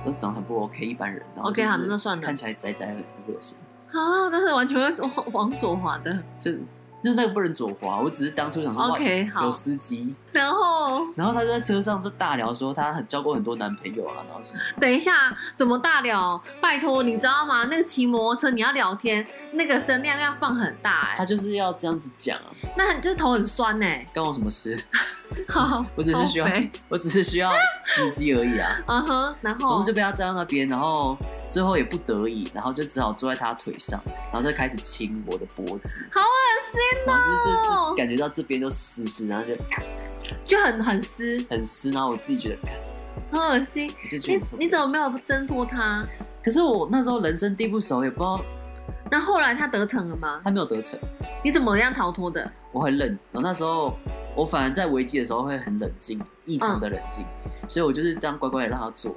Speaker 1: 长长得很不 OK，一般人。然后就
Speaker 2: OK，
Speaker 1: 是
Speaker 2: 好那算了
Speaker 1: 看起来宅宅很恶心，
Speaker 2: 啊，那是完全会往往左滑的。
Speaker 1: 就就那个不能左滑。我只是当初想说哇
Speaker 2: OK，好
Speaker 1: 有，司机，
Speaker 2: 然后
Speaker 1: 然后他就在车上就大聊说他很交过很多男朋友啊，然后什么。
Speaker 2: 等一下，怎么大聊？拜托，你知道吗？那个骑摩托车你要聊天，那个声量要放很大、
Speaker 1: 他
Speaker 2: 哎，
Speaker 1: 就是要这样子讲啊，
Speaker 2: 那你就是头很酸哎、
Speaker 1: 干我什么事？
Speaker 2: 好，
Speaker 1: 我只是需要
Speaker 2: 靠北，
Speaker 1: 我只是需要司机而已啊。
Speaker 2: 嗯哼，然
Speaker 1: 总
Speaker 2: 后
Speaker 1: 之就被他站到那边，然后最后也不得已，然后就只好坐在他腿上，然后就开始亲我的脖子，
Speaker 2: 好恶心，
Speaker 1: 然后就是这
Speaker 2: 哦
Speaker 1: 这感觉到这边就湿湿，然后就
Speaker 2: 就很很湿，
Speaker 1: 很湿，然后我自己觉得，干
Speaker 2: 很恶心。
Speaker 1: 我就觉
Speaker 2: 你
Speaker 1: 得什么
Speaker 2: 你怎么没有挣脱他？
Speaker 1: 可是我那时候人生地不熟，也不知道
Speaker 2: 那后来他得逞了吗？
Speaker 1: 他没有得逞，
Speaker 2: 你怎么样逃脱的？
Speaker 1: 我很冷，然后那时候我反而在危机的时候会很冷静，异常的冷静，所以我就是这样乖乖的让他做，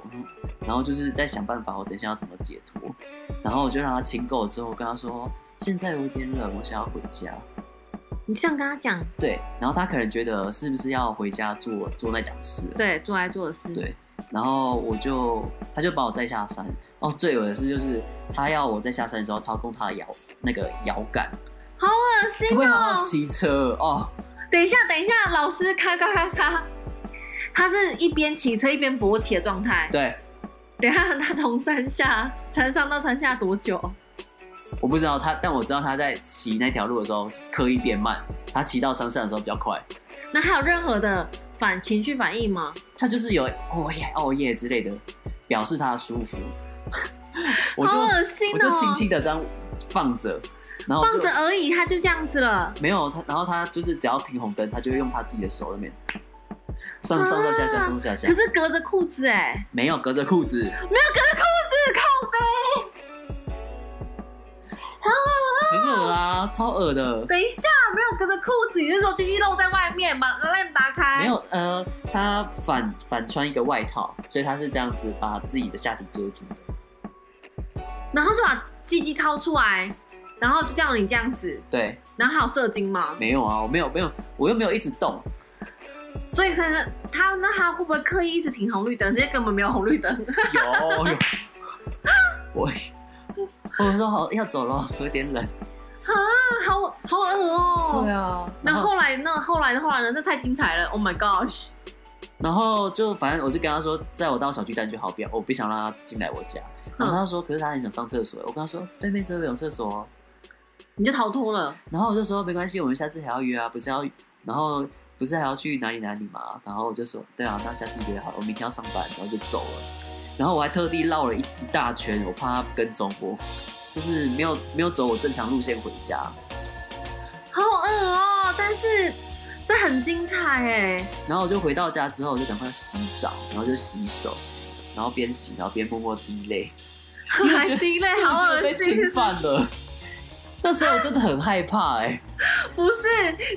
Speaker 1: 然后就是在想办法，我等一下要怎么解脱，然后我就让他亲够之后，我跟他说现在有点冷，我想要回家。
Speaker 2: 你这样跟他讲，
Speaker 1: 对，然后他可能觉得是不是要回家做做那档事了，
Speaker 2: 对，做爱做的事，
Speaker 1: 对然后我就他就把我载下山。哦，最有的是就是他要我在下山的时候操控他的摇那个摇杆，
Speaker 2: 恶心
Speaker 1: 可不可以好
Speaker 2: 哦
Speaker 1: 好。骑车哦？
Speaker 2: 等一下，等一下，老师，咔咔咔咔，他是一边骑车一边勃起的状态。
Speaker 1: 对，
Speaker 2: 等一下，他从山下山上到山下多久？
Speaker 1: 我不知道他，但我知道他在骑那条路的时候刻意变慢，他骑到山上的时候比较快。
Speaker 2: 那还有任何的反情绪反应吗？
Speaker 1: 他就是有哦耶哦耶之类的，表示他的舒服。 我就
Speaker 2: 好恶心
Speaker 1: 我
Speaker 2: 哦！
Speaker 1: 就轻轻的这样放着，然后我就
Speaker 2: 放着而已，他就这样子了。
Speaker 1: 没有他，然后他就是只要停红灯，他就会用他自己的手那边上上上下下上上下下
Speaker 2: 可，是隔着裤子哎、
Speaker 1: 没有隔着裤子，
Speaker 2: 是靠背。
Speaker 1: 很恶啊，超恶的。
Speaker 2: 等一下，没有隔着裤子，你是说鸡鸡露在外面，把链打开？
Speaker 1: 没有，呃，他反反穿一个外套，所以他是这样子把自己的下体遮住。
Speaker 2: 然后就把鸡鸡掏出来，然后就叫你这样子，
Speaker 1: 对，
Speaker 2: 然后还有射精吗？
Speaker 1: 没有啊，我没有没有，我又没有一直 动，
Speaker 2: 所以他他那他会不会刻意一直停红绿灯？人家根本没有红绿灯，啊
Speaker 1: 有有，我我说好要走了，有点冷。
Speaker 2: 好好恶哦、
Speaker 1: 对啊，
Speaker 2: 那后来呢？后来呢？后来呢？这太精彩了！Oh my gosh！
Speaker 1: 然后就反正我就跟他说，载我到小巨蛋就好，
Speaker 2: 嗯
Speaker 1: 哎不要我不想让他进来我家。然后他说，可是他很想上厕所。我跟他说，对面是有厕所哦，
Speaker 2: 你就逃脱了。
Speaker 1: 然后我就说没关系，我们下次还要约啊，不是要，然后不是还要去哪里哪里嘛？然后我就说对啊，那下次约好了，我明天要上班，然后就走了。然后我还特地绕了一一大圈，我怕他跟踪我，就是没有没有走我正常路线回家。
Speaker 2: 好饿哦，但是这很精彩哎。
Speaker 1: 然后我就回到家之后，我就赶快洗澡，然后就洗手，然后边洗然后边默默滴泪，因为我觉
Speaker 2: 海
Speaker 1: 得
Speaker 2: 滴泪
Speaker 1: 因为我
Speaker 2: 哎好
Speaker 1: 觉得
Speaker 2: 恶
Speaker 1: 被
Speaker 2: 心
Speaker 1: 侵，犯了。 那时候我真的很害怕哎、
Speaker 2: 不是？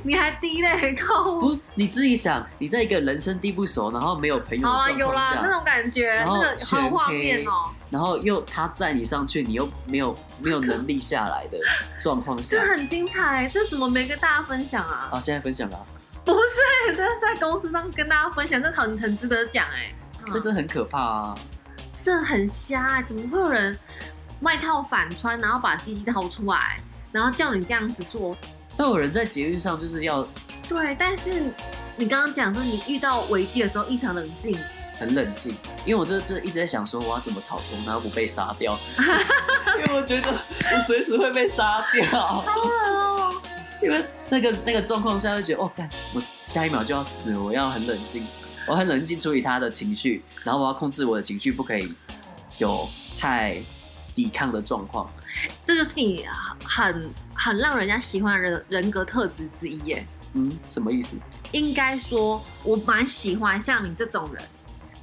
Speaker 2: 你还滴泪还够？
Speaker 1: 不是你自己想，你在一个人生地不熟，然后没有朋友的
Speaker 2: 好啦，
Speaker 1: 状
Speaker 2: 有
Speaker 1: 况
Speaker 2: 啦，那
Speaker 1: 下，
Speaker 2: 种感觉，
Speaker 1: 然后
Speaker 2: 那个好有
Speaker 1: 全
Speaker 2: 画面哦、
Speaker 1: 然后又他载你上去，你又没有没有能力下来的状况下
Speaker 2: 这，很精彩，这怎么没跟大家分享啊？
Speaker 1: 啊，现在分享了，
Speaker 2: 不是，这是在公司上跟大家分享，这很很值得讲哎、嗯
Speaker 1: 这真的很可怕啊！
Speaker 2: 这很瞎、欸，怎么会有人外套反穿，然后把鸡鸡掏出来，然后叫你这样子做？
Speaker 1: 都有人在捷运上就是要
Speaker 2: 对，但是你刚刚讲说你遇到危机的时候异常冷静，
Speaker 1: 很冷静，因为我这这一直在想说我要怎么逃脱，然后不被杀掉， 因为我觉得我随时会被杀掉，
Speaker 2: 好冷哦、
Speaker 1: 因为那个那个状况下就觉得，哦，干，我下一秒就要死了，我要很冷静，我很冷静处理他的情绪，然后我要控制我的情绪，不可以有太抵抗的状况。
Speaker 2: 这就是你很很让人家喜欢的人人格特质之一耶、
Speaker 1: 嗯，什么意思？
Speaker 2: 应该说，我蛮喜欢像你这种人，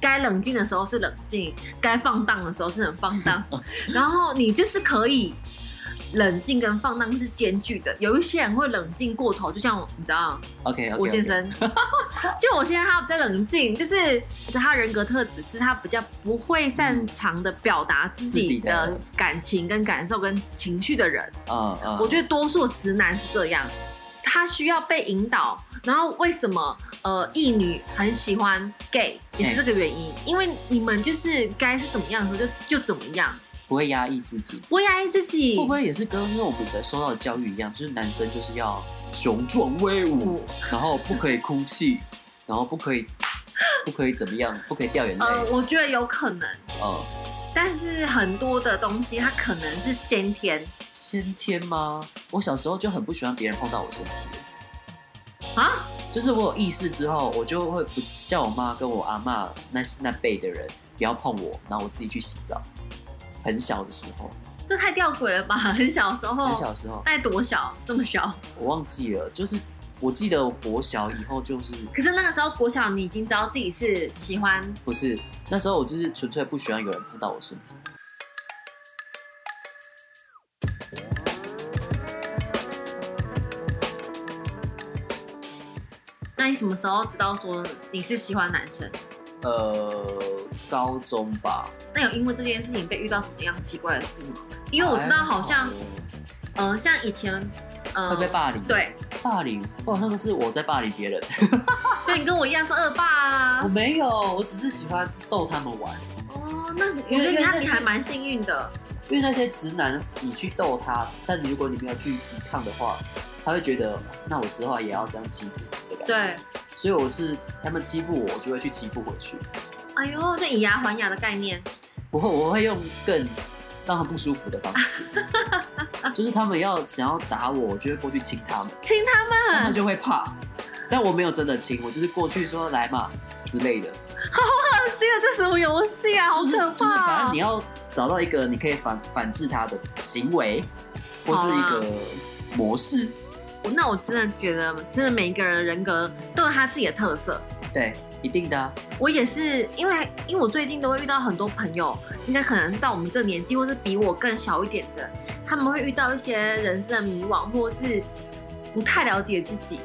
Speaker 2: 该冷静的时候是冷静，该放荡的时候是很放荡，然后你就是可以冷静跟放荡是兼具的。有一些人会冷静过头，就像我你知道
Speaker 1: OK，, o k
Speaker 2: 我 先，生，就我先生他比较冷静，就是他人格特质是他比较不会擅长的表达自
Speaker 1: 嗯自
Speaker 2: 己
Speaker 1: 己的
Speaker 2: 的感情跟感受跟情绪的人。
Speaker 1: 嗯嗯，
Speaker 2: 我觉得多数直男是这样，他需要被引导。然后为什么呃异女很喜欢 gay 也是这个原因，因为你们就是该是怎么样的时候就就怎么样，
Speaker 1: 不会压抑自己，
Speaker 2: 不会压抑自己。
Speaker 1: 会不会也是跟因为我们的受到的教育一样，就是男生就是要雄壮威
Speaker 2: 嗯
Speaker 1: 武，然后不可以哭泣，然后不可以不可以怎么样，不可以掉眼泪，
Speaker 2: 呃，我觉得有可能，
Speaker 1: 呃，
Speaker 2: 但是很多的东西它可能是先天
Speaker 1: 先天吗？我小时候就很不喜欢别人碰到我身体。
Speaker 2: 啊，
Speaker 1: 就是我有意识之后，我就会不叫我妈跟我阿妈那那辈的人不要碰我，然后我自己去洗澡。很小的时候，
Speaker 2: 这太吊诡了吧？ 很小的时候，
Speaker 1: 很小的时候，
Speaker 2: 大概多小？这么小？
Speaker 1: 我忘记了，就是我记得我国小以后就是
Speaker 2: 可是那个时候国小你已经知道自己是喜欢
Speaker 1: 不是那时候我就是纯粹不喜欢有人碰到我身体。
Speaker 2: 那你什么时候知道说你是喜欢男生？
Speaker 1: 呃，高中吧，
Speaker 2: 那有因为这件事情被遇到什么样奇怪的事吗？因为我知道好像，嗯、呃，像以前，呃
Speaker 1: 哎会，被霸凌，
Speaker 2: 对，
Speaker 1: 霸凌，我好像都是我在霸凌别人，
Speaker 2: 就你跟我一样是恶霸
Speaker 1: 我
Speaker 2: 啊。
Speaker 1: 没有，我只是喜欢逗他们玩。
Speaker 2: 哦，那我
Speaker 1: 因
Speaker 2: 觉
Speaker 1: 为
Speaker 2: 得
Speaker 1: 因为
Speaker 2: 那
Speaker 1: 那
Speaker 2: 你
Speaker 1: 个
Speaker 2: 还蛮幸运的。
Speaker 1: 因为那些直男，你去逗他，但你如果你没有去抵抗的话，他会觉得那我之后也要这样欺负你的感觉。，
Speaker 2: 对，
Speaker 1: 所以我是他们欺负我，我就会去欺负回去，
Speaker 2: 哎呦，就以牙还牙的概念。
Speaker 1: 不会，我会用更让他不舒服的方 式，就是他们要想要打我，我就会过去亲他们，
Speaker 2: 亲他
Speaker 1: 他们
Speaker 2: 们，
Speaker 1: 就会怕，
Speaker 2: 嗯
Speaker 1: 但我没有真的亲，我就是过去说来嘛之类的，
Speaker 2: 恶心啊！这什么游戏啊？好
Speaker 1: 就是
Speaker 2: 可
Speaker 1: 就是反
Speaker 2: 怕、
Speaker 1: 正你要找到一个你可以反反制他的行为，或是一
Speaker 2: 好啊
Speaker 1: 个模式，
Speaker 2: 我那我真的觉得，真的每一个人的人格都有他自己的特色。
Speaker 1: 对，一定的啊、
Speaker 2: 我也是，因为因为我最近都会遇到很多朋友，应该可能是到我们这年纪，或是比我更小一点的，他们会遇到一些人生的迷惘，或是不太了解自己。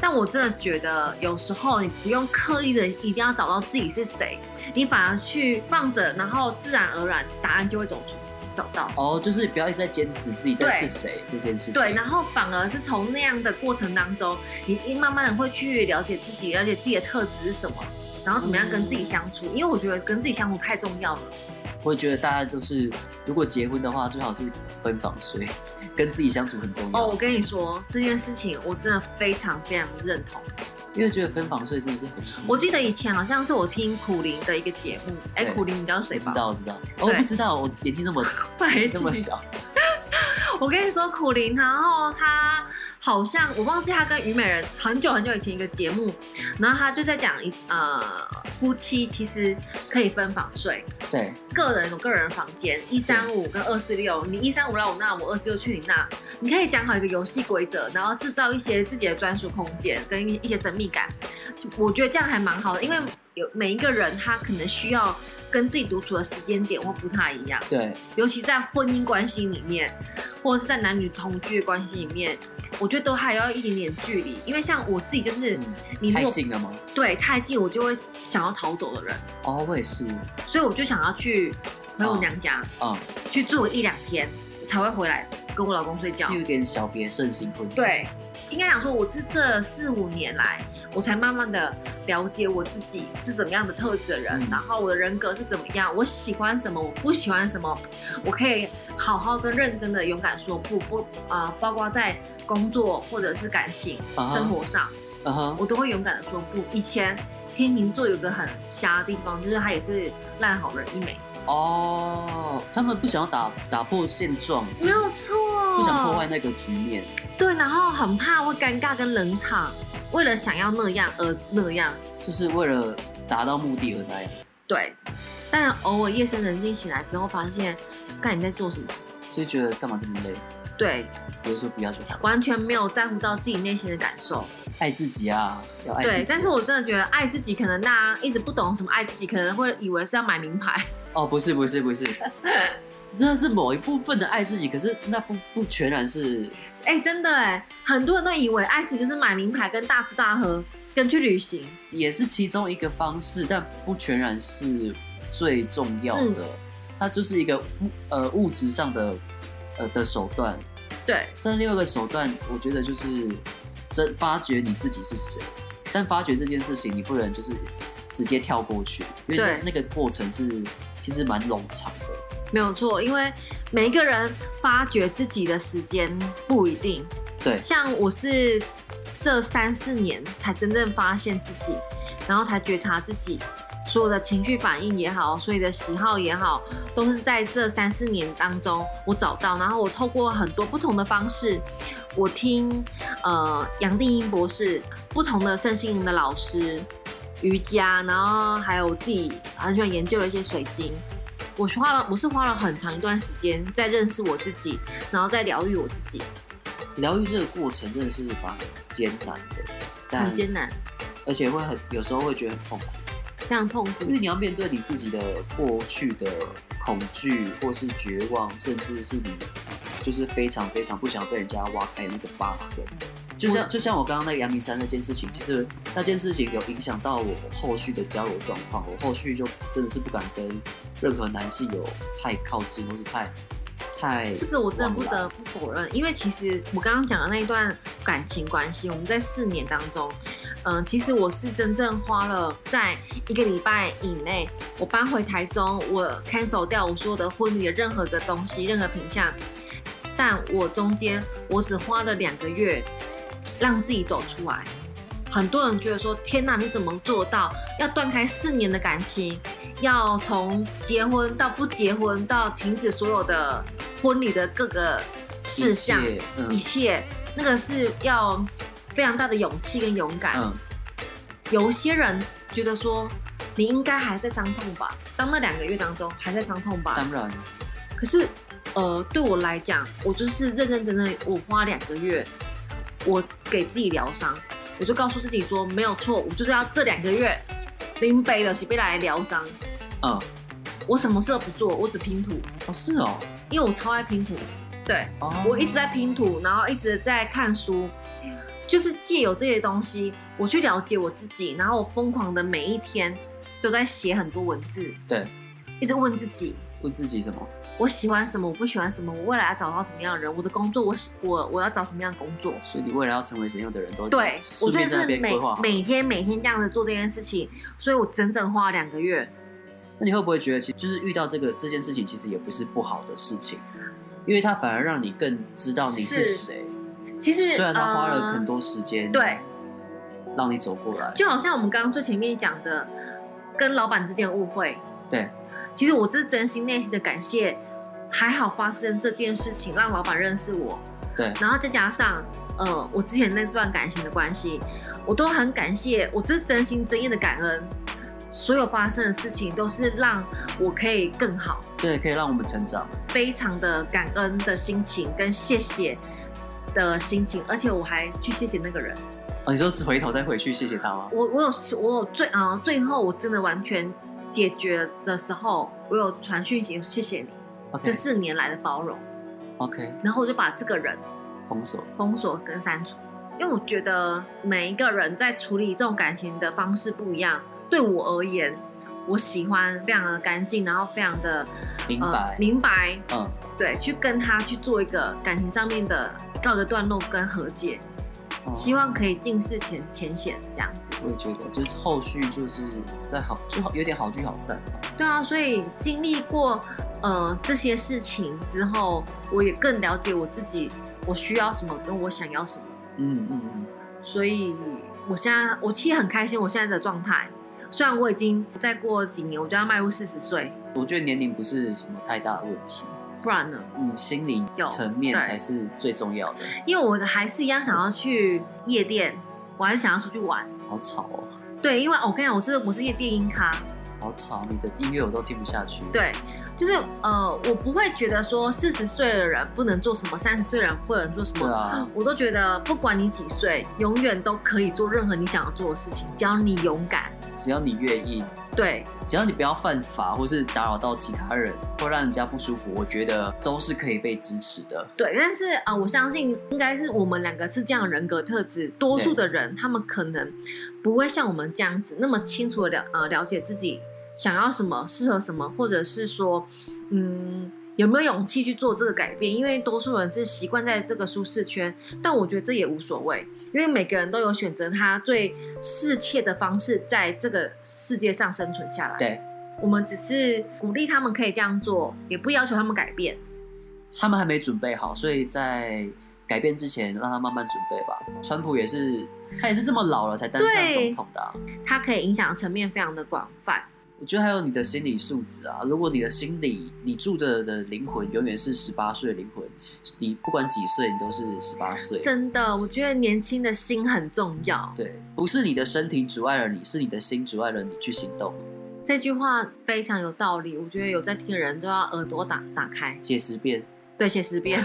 Speaker 2: 但我真的觉得，有时候你不用刻意的一定要找到自己是谁，你反而去放着，然后自然而然答案就会走出找到。
Speaker 1: 哦，就是不要一直在坚持自己在是谁这件事情。
Speaker 2: 对，然后反而是从那样的过程当中，你一慢慢的会去了解自己，了解自己的特质是什么，然后怎么样跟自己相处。因为我觉得跟自己相处太重要了。
Speaker 1: 我觉得大家都是，如果结婚的话，最好是分房睡，跟自己相处很重要。
Speaker 2: 哦，我跟你说这件事情，我真的非常非常认同。
Speaker 1: 因为觉得分房睡真的是很舒服。
Speaker 2: 我记得以前好像是我听苦林的一个节目，哎，
Speaker 1: 对
Speaker 2: 苦林你知道
Speaker 1: 我
Speaker 2: 谁
Speaker 1: 知
Speaker 2: 吧？
Speaker 1: 道，我知道，哦，我不知道，我眼睛这么
Speaker 2: 白
Speaker 1: 这么
Speaker 2: 痴
Speaker 1: 小，
Speaker 2: 我跟你说，苦林，然后他好像我忘记他跟虞美人很久很久以前一个节目，然后他就在讲一呃夫妻其实可以分房睡，
Speaker 1: 对，
Speaker 2: 个人有个人房间，一三五跟二四六，你一三五来我那，我二四六去你那，你可以讲好一个游戏规则，然后制造一些自己的专属空间跟一些神秘感，就我觉得这样还蛮好的，因为有每一个人他可能需要跟自己独处的时间点或不太一样。
Speaker 1: 对，
Speaker 2: 尤其在婚姻关系里面，或者是在男女同居的关系里面，我觉得都还要一点点距离，因为像我自己就是，
Speaker 1: 嗯，
Speaker 2: 你如
Speaker 1: 太
Speaker 2: 果
Speaker 1: 近了吗？
Speaker 2: 对太近，我就会想要逃走的人，
Speaker 1: 哦，我也是，
Speaker 2: 所以我就想要去回我娘家、
Speaker 1: 嗯，
Speaker 2: 去住个一两天，才会回来跟我老公睡觉。
Speaker 1: 有点小别胜新婚。，
Speaker 2: 对，应该讲说，我是这四五年来，我才慢慢的了解我自己是怎么样的特质的人，
Speaker 1: 嗯
Speaker 2: 然后我的人格是怎么样，我喜欢什么，我不喜欢什么，我可以好好跟认真的勇敢说不不啊、呃，包括在工作或者是感情、
Speaker 1: 啊哈
Speaker 2: 生活上，
Speaker 1: 嗯哼，
Speaker 2: 我都会勇敢的说不。以前天秤座有个很瞎的地方，就是他也是烂好人一枚，
Speaker 1: 哦，他们不想要打打破现状，
Speaker 2: 没有错，
Speaker 1: 不想破坏那个局面。
Speaker 2: 对，然后很怕会尴尬跟冷场，为了想要那样而那样。
Speaker 1: 就是为了达到目的而那样。
Speaker 2: 对，但偶尔夜深人静醒来之后，发现，看你在做什么？
Speaker 1: 就觉得干嘛这么累，
Speaker 2: 对，
Speaker 1: 直接说不要就好，
Speaker 2: 完全没有在乎到自己内心的感受。
Speaker 1: 爱自己啊，要爱自己。
Speaker 2: 对，但是我真的觉得爱自己，可能大家一直不懂什么爱自己，可能会以为是要买名牌。
Speaker 1: 哦，不是不是不是，那是某一部分的爱自己，可是那不不全然是
Speaker 2: 哎、真的哎，很多人都以为爱自己就是买名牌、跟大吃大喝、跟去旅行。
Speaker 1: 也是其中一个方式，但不全然是最重要
Speaker 2: 嗯
Speaker 1: 的。它就是一个物呃物质上的呃的手段，
Speaker 2: 对，
Speaker 1: 但另外一个手段，我觉得就是真发掘你自己是谁。但发掘这件事情，你不能就是直接跳过去，因为
Speaker 2: 对
Speaker 1: 那个过程是其实蛮冗长的。
Speaker 2: 没有错，因为每一个人发掘自己的时间不一定。
Speaker 1: 对
Speaker 2: 像我是这三四年才真正发现自己，然后才觉察自己所有的情绪反应也好，所有的喜好也好，都是在这三四年当中我找到，然后我透过很多不同的方式，我听呃杨定英博士不同的身心灵的老师。瑜伽，然后还有我自己很喜欢研究的一些水晶，我是花了，我是花了很长一段时间在认识我自己，然后再疗愈我自己，
Speaker 1: 疗愈这个过程真的是蛮艰难的，但
Speaker 2: 很艰难，
Speaker 1: 而且会很有时候会觉得很痛苦，
Speaker 2: 非常痛苦
Speaker 1: 因。为你要面对你自己的过去的恐惧或是绝望，甚至是你就是非常非常不想被人家挖开的那个疤痕。就像就像我刚刚那个阳明山那件事情，其实那件事情有影响到我后续的交友状况，我后续就真的是不敢跟任何男性有太靠近，或是太太
Speaker 2: 这个我真的不
Speaker 1: 往来
Speaker 2: 得不否认，因为其实我刚刚讲的那一段感情关系，我们在四年当中，嗯、其实我是真正花了在一个礼拜以内，我搬回台中，我 cancel 掉我所有的婚礼的任何个东西，任何品项，但我中间我只花了两个月，让自己走出来。很多人觉得说：“天哪，你怎么做到？要断开四年的感情，要从结婚到不结婚，到停止所有的婚礼的各个事项，
Speaker 1: 一切
Speaker 2: 一
Speaker 1: 嗯
Speaker 2: 切，那个是要嗯非常大的勇气跟勇敢。
Speaker 1: 嗯，
Speaker 2: 有些人觉得说，你应该还在伤痛吧？当那两个月当中还在伤痛吧？
Speaker 1: 当然
Speaker 2: 可是，呃，对我来讲，我就是认认真真，我花两个月，我给自己疗伤，我就告诉自己说，没有错，我就是要这两个月拎杯的，洗杯来疗伤。
Speaker 1: 嗯，
Speaker 2: 我什么事都不做，我只拼图，
Speaker 1: 哦是哦，
Speaker 2: 因为我超爱拼图。对，
Speaker 1: 哦
Speaker 2: 我一直在拼图，然后一直在看书，就是借由这些东西，我去了解我自己，然后我疯狂的每一天都在写很多文字，
Speaker 1: 对，
Speaker 2: 一直问自己，
Speaker 1: 问自己什么？
Speaker 2: 我喜欢什么，我不喜欢什么，我未来要找到什么样的人，我的工作，我喜我我要找什么样的工作。
Speaker 1: 所以你未来要成为怎样的人都
Speaker 2: 对，我
Speaker 1: 顺
Speaker 2: 觉
Speaker 1: 便
Speaker 2: 得
Speaker 1: 在那
Speaker 2: 是
Speaker 1: 边
Speaker 2: 每
Speaker 1: 规划好。
Speaker 2: 每天每天这样子做这件事情，所以我整整花了两个月。
Speaker 1: 那你会不会觉得，其实就是遇到这个这件事情，其实也不是不好的事情，啊因为它反而让你更知道你是
Speaker 2: 是
Speaker 1: 谁。
Speaker 2: 其实呃
Speaker 1: 虽然它花了很
Speaker 2: 多，
Speaker 1: 多时间，
Speaker 2: 对，
Speaker 1: 让你走过来，
Speaker 2: 就好像我们刚刚最前面讲的，跟老板之间的误会，
Speaker 1: 对，
Speaker 2: 其实我是真心内心的感谢还好发生这件事情让老板认识我，
Speaker 1: 对
Speaker 2: 然后再加上呃我之前那段感情的关系，我都很感谢，我这是真心真意的感恩，所有发生的事情都是让我可以更好，
Speaker 1: 对，可以让我们成长。
Speaker 2: 非常的感恩的心情跟谢谢的心情，而且我还去谢谢那个人。
Speaker 1: 哦，你说回头再回去谢谢他吗？
Speaker 2: 我我有我有最啊、最后我真的完全解决的时候，我有传讯息谢谢你
Speaker 1: OK
Speaker 2: 这四年来的包容，
Speaker 1: OK，
Speaker 2: 然后我就把这个人
Speaker 1: 封锁。
Speaker 2: 封锁跟删除，因为我觉得每一个人在处理这种感情的方式不一样。对我而言，我喜欢非常的干净，然后非常的
Speaker 1: 明
Speaker 2: 呃
Speaker 1: 白、
Speaker 2: 明白，
Speaker 1: 嗯，
Speaker 2: 对，去跟他去做一个感情上面的告一个段落跟和解，
Speaker 1: 哦
Speaker 2: 希望可以尽释前前嫌这样子。
Speaker 1: 我也觉得，就是后续就是在好，就好有点好聚好散啊。
Speaker 2: 对啊，所以经历过呃这些事情之后，我也更了解我自己，我需要什么跟我想要什么。
Speaker 1: 嗯嗯嗯，
Speaker 2: 所以我现在我其实很开心，我现在的状态。虽然我已经再过几年，我就要迈入四十岁，
Speaker 1: 我觉得年龄不是什么太大的问题，
Speaker 2: 不然呢？
Speaker 1: 你心理
Speaker 2: 有
Speaker 1: 层面
Speaker 2: 对
Speaker 1: 才是最重要的。
Speaker 2: 因为我还是一样想要去夜店，我还是想要出去玩。
Speaker 1: 好吵哦，
Speaker 2: 对，因为我跟你讲，我真的不是夜电音咖，
Speaker 1: 好吵，你的音乐我都听不下去。，
Speaker 2: 对，就是呃，我不会觉得说四十岁的人不能做什么，三十岁的人不能做什么，
Speaker 1: 对啊
Speaker 2: 我都觉得不管你几岁，永远都可以做任何你想要做的事情，只要你勇敢。
Speaker 1: 只要你愿意，
Speaker 2: 对，
Speaker 1: 只要你不要犯法或是打扰到其他人，或让人家不舒服，我觉得都是可以被支持的。
Speaker 2: 对，但是啊、呃我相信应该是我们两个是这样的人格特质，多数的人他们可能不会像我们这样子那么清楚的了呃了解自己想要什么、适合什么，或者是说，嗯，有没有勇气去做这个改变？因为多数人是习惯在这个舒适圈，但我觉得这也无所谓，因为每个人都有选择他最适切的方式，在这个世界上生存下来。
Speaker 1: 对，
Speaker 2: 我们只是鼓励他们可以这样做，也不要求他们改变。
Speaker 1: 他们还没准备好，所以在改变之前，让他慢慢准备吧。川普也是，他也是这么老了才当上
Speaker 2: 对
Speaker 1: 总统的啊、
Speaker 2: 它可以影响的层面非常的广泛。
Speaker 1: 我觉得还有你的心理素质啊，如果你的心理，你住着的灵魂永远是十八岁的灵魂，你不管几岁，你都是十八岁。
Speaker 2: 真的，我觉得年轻的心很重要。
Speaker 1: 对，不是你的身体阻碍了你，是你的心阻碍了你去行动。
Speaker 2: 这句话非常有道理，我觉得有在听的人都要耳朵打打开，
Speaker 1: 写十遍，
Speaker 2: 对，写十遍。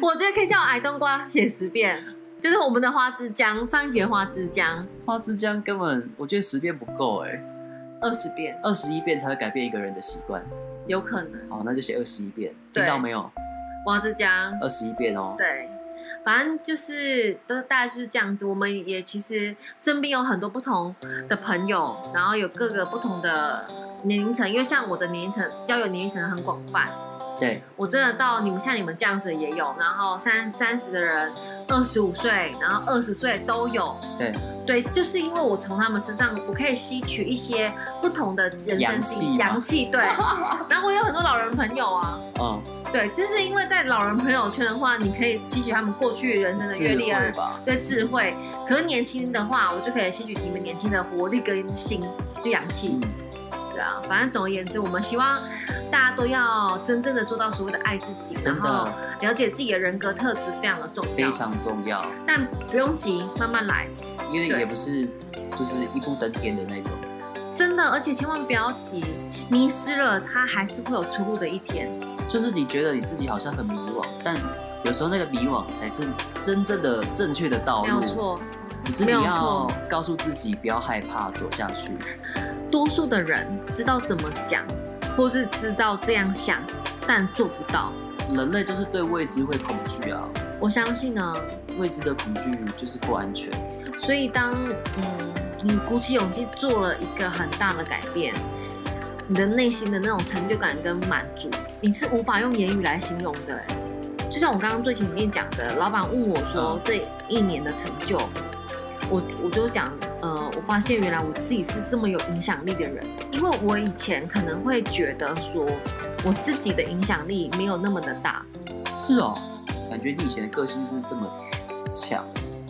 Speaker 2: 我觉得可以叫矮冬瓜写十遍，就是我们的花枝姜，上一节花枝姜
Speaker 1: 花枝姜根本我觉得十遍不够哎、
Speaker 2: 二十遍
Speaker 1: 二十一遍才会改变一个人的习惯。
Speaker 2: 有可能，
Speaker 1: 好，那就写二十一遍，
Speaker 2: 对
Speaker 1: 听到没有？
Speaker 2: 花枝姜
Speaker 1: 二十一遍哦。
Speaker 2: 对，反正就是都大概就是这样子。我们也其实身边有很多不同的朋友，然后有各个不同的年龄层，因为像我的年龄层交友年龄层很广泛，
Speaker 1: 对
Speaker 2: 我真的到你们像你们这样子也有，然后三三十的人、二十五岁，然后二十岁都有。
Speaker 1: 对，
Speaker 2: 对，就是因为我从他们身上，我可以吸取一些不同的人生
Speaker 1: 阳
Speaker 2: 经
Speaker 1: 气吗
Speaker 2: 阳气。 对，然后我有很多老人朋友啊，
Speaker 1: 嗯，
Speaker 2: 对，就是因为在老人朋友圈的话，你可以吸取他们过去人生的阅
Speaker 1: 智
Speaker 2: 历啊，
Speaker 1: 慧吧。
Speaker 2: 对智慧。可是年轻的话，我就可以吸取你们年轻的活力跟心，就氧气
Speaker 1: 嗯，，
Speaker 2: 对啊。反正总而言之，我们希望大家都要真正的做到所谓的爱自己，
Speaker 1: 真
Speaker 2: 然后
Speaker 1: 的
Speaker 2: 了解自己的人格特质非常的重要
Speaker 1: 非，常重要，
Speaker 2: 但不用急，慢慢来，
Speaker 1: 因为
Speaker 2: 对
Speaker 1: 也不是就是一步登天的那种。
Speaker 2: 真的，而且千万不要急，迷失了它还是会有出路的一天。
Speaker 1: 就是你觉得你自己好像很迷惘，但有时候那个迷惘才是真正的正确的道
Speaker 2: 没
Speaker 1: 路。
Speaker 2: 有错，
Speaker 1: 只是你
Speaker 2: 没有
Speaker 1: 要
Speaker 2: 错
Speaker 1: 告诉自己不要害怕走下去。
Speaker 2: 多数的人知道怎么讲，或是知道这样想，但做不到。
Speaker 1: 人类就是对未知会恐惧啊，
Speaker 2: 我相信呢，
Speaker 1: 未知的恐惧就是不安全。
Speaker 2: 所以当嗯你鼓起勇气做了一个很大的改变，你的内心的那种成就感跟满足，你是无法用言语来形容的、欸。就像我刚刚最前面讲的，老板问我说
Speaker 1: 嗯
Speaker 2: 这一年的成就，我我就讲，呃，我发现原来我自己是这么有影响力的人，因为我以前可能会觉得说我自己的影响力没有那么的大，
Speaker 1: 是哦，感觉你以前的个性就是这么强。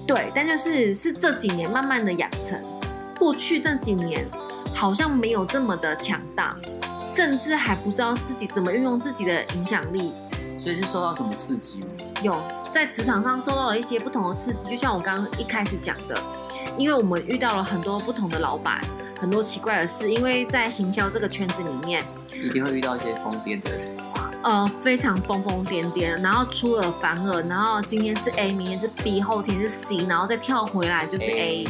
Speaker 2: 对，但就是是这几年慢慢的养成，过去这几年好像没有这么的强大，甚至还不知道自己怎么运用自己的影响力。
Speaker 1: 所以是受到什么刺激吗？
Speaker 2: 有在职场上受到了一些不同的刺激，就像我刚刚一开始讲的，因为我们遇到了很多不同的老板，很多奇怪的事。因为在行销这个圈子里面，
Speaker 1: 一定会遇到一些疯癫的人，
Speaker 2: 呃，非常疯疯癫癫，然后出尔反尔，然后今天是 A，明天是 B，后天是 C，然后再跳回来就是
Speaker 1: 哎
Speaker 2: A，,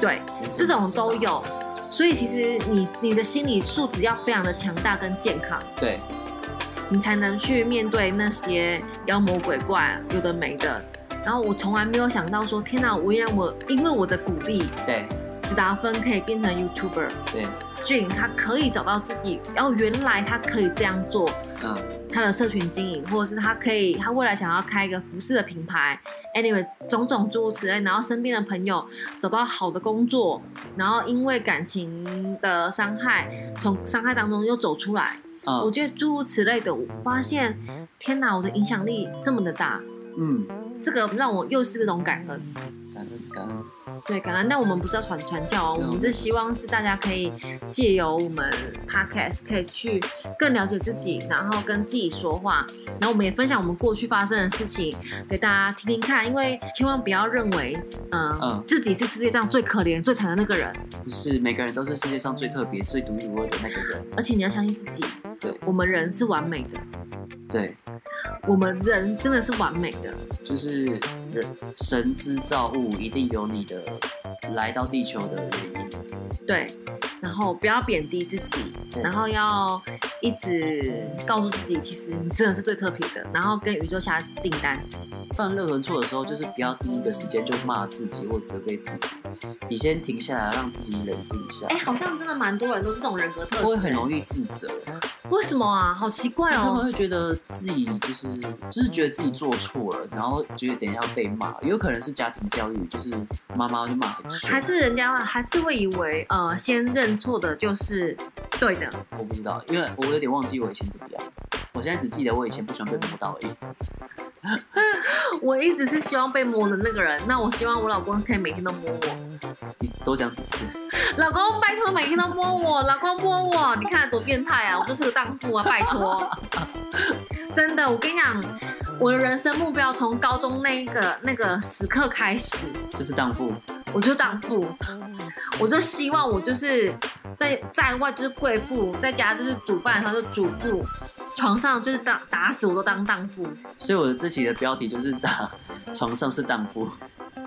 Speaker 2: 对，
Speaker 1: 神经
Speaker 2: 这种
Speaker 1: 质
Speaker 2: 都
Speaker 1: 啊。
Speaker 2: 有。所以其实你你的心理素质要非常的强大跟健康，
Speaker 1: 对，
Speaker 2: 你才能去面对那些妖魔鬼怪，有的没的。然后我从来没有想到说，天哪！我原来我因为我的鼓励，
Speaker 1: 对，
Speaker 2: 史达芬可以变成 YouTuber，Jane
Speaker 1: 对，
Speaker 2: 他可以找到自己，然后原来他可以这样做，
Speaker 1: 嗯，
Speaker 2: 他的社群经营，或者是他可以，他未来想要开一个服饰的品牌，anyway，种种诸如此类，然后身边的朋友找到好的工作，然后因为感情的伤害，从伤害当中又走出来，我
Speaker 1: 嗯，
Speaker 2: 觉得诸如此类的，我发现，天哪，我的影响力这么的大，
Speaker 1: 嗯，
Speaker 2: 这个让我又是一种感恩，
Speaker 1: 感恩感恩，
Speaker 2: 对感恩。但我们不是要传传教哦，
Speaker 1: 对啊
Speaker 2: 我们是希望是大家可以借由我们 podcast 可以去更了解自己，然后跟自己说话，然后我们也分享我们过去发生的事情给大家听听看，因为千万不要认为，嗯、
Speaker 1: 嗯
Speaker 2: 自己是世界上最可怜、最惨的那个人，
Speaker 1: 不是每个人都是世界上最特别、最独一无二的那个人，
Speaker 2: 而且你要相信自己，
Speaker 1: 对
Speaker 2: 我们人是完美的，
Speaker 1: 对，
Speaker 2: 我们人真的是完美的。
Speaker 1: 就是人神之造物，一定有你的来到地球的原因，
Speaker 2: 对，然后不要贬低自己，
Speaker 1: 对
Speaker 2: 然后要一直告诉自己，其实你真的是最特别的，然后跟宇宙下订单。
Speaker 1: 犯任何错的时候，就是不要第一个时间就骂自己或责备自己，你先停下来，让自己冷静一下
Speaker 2: 哎、，好像真的蛮多人都是这种人格特质，
Speaker 1: 会很容易自责，
Speaker 2: 为什么啊？好奇怪
Speaker 1: 他 们
Speaker 2: 哦。
Speaker 1: 会觉得自己就是就是觉得自己做错了，然后觉得等一下要被骂，有可能是家庭教育，就是妈妈就骂很凶，
Speaker 2: 还是人家还是会以为，呃，先认错的就是对的。
Speaker 1: 我不知道，因为我有点忘记我以前怎么样，我现在只记得我以前不喜欢被摸到而已。
Speaker 2: 我一直是希望被摸的那个人，那我希望我老公可以每天都摸我。
Speaker 1: 你多讲几次？
Speaker 2: 老公，拜托每天都摸我，老公摸我，你看多变态啊！我就是个荡妇啊，拜托。真的，我跟你讲，我的人生目标从高中那一个那个时刻开始，
Speaker 1: 就是荡妇，
Speaker 2: 我就荡妇，我就希望我就是在在外就是贵妇，在家就是煮饭，他就主妇，床上就是当打死我都当荡妇，
Speaker 1: 所以我的这期的标题就是打床上是荡妇。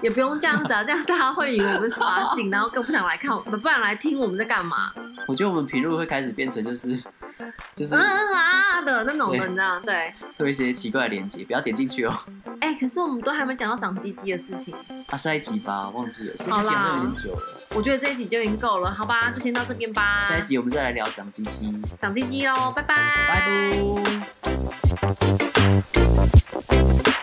Speaker 2: 也不用这样子啊，这样大家会以为我们是耍劲，然后更不想来看我们，不然来听我们在干嘛，
Speaker 1: 我觉得我们评论会开始变成就是就是
Speaker 2: 嗯嗯啊的那种的，你知道吗？对。
Speaker 1: 会有一些奇怪的连接，不要点进去哦。
Speaker 2: 哎、可是我们都还没讲到长鸡鸡的事情，
Speaker 1: 啊，下一集吧，忘记了，现在
Speaker 2: 好
Speaker 1: 好
Speaker 2: 啦
Speaker 1: 像有点久了。
Speaker 2: 我觉得这一集就已经够了，好吧，就先到这边吧。
Speaker 1: 下一集我们再来聊长鸡鸡，
Speaker 2: 长鸡鸡喽，拜拜，
Speaker 1: 拜拜。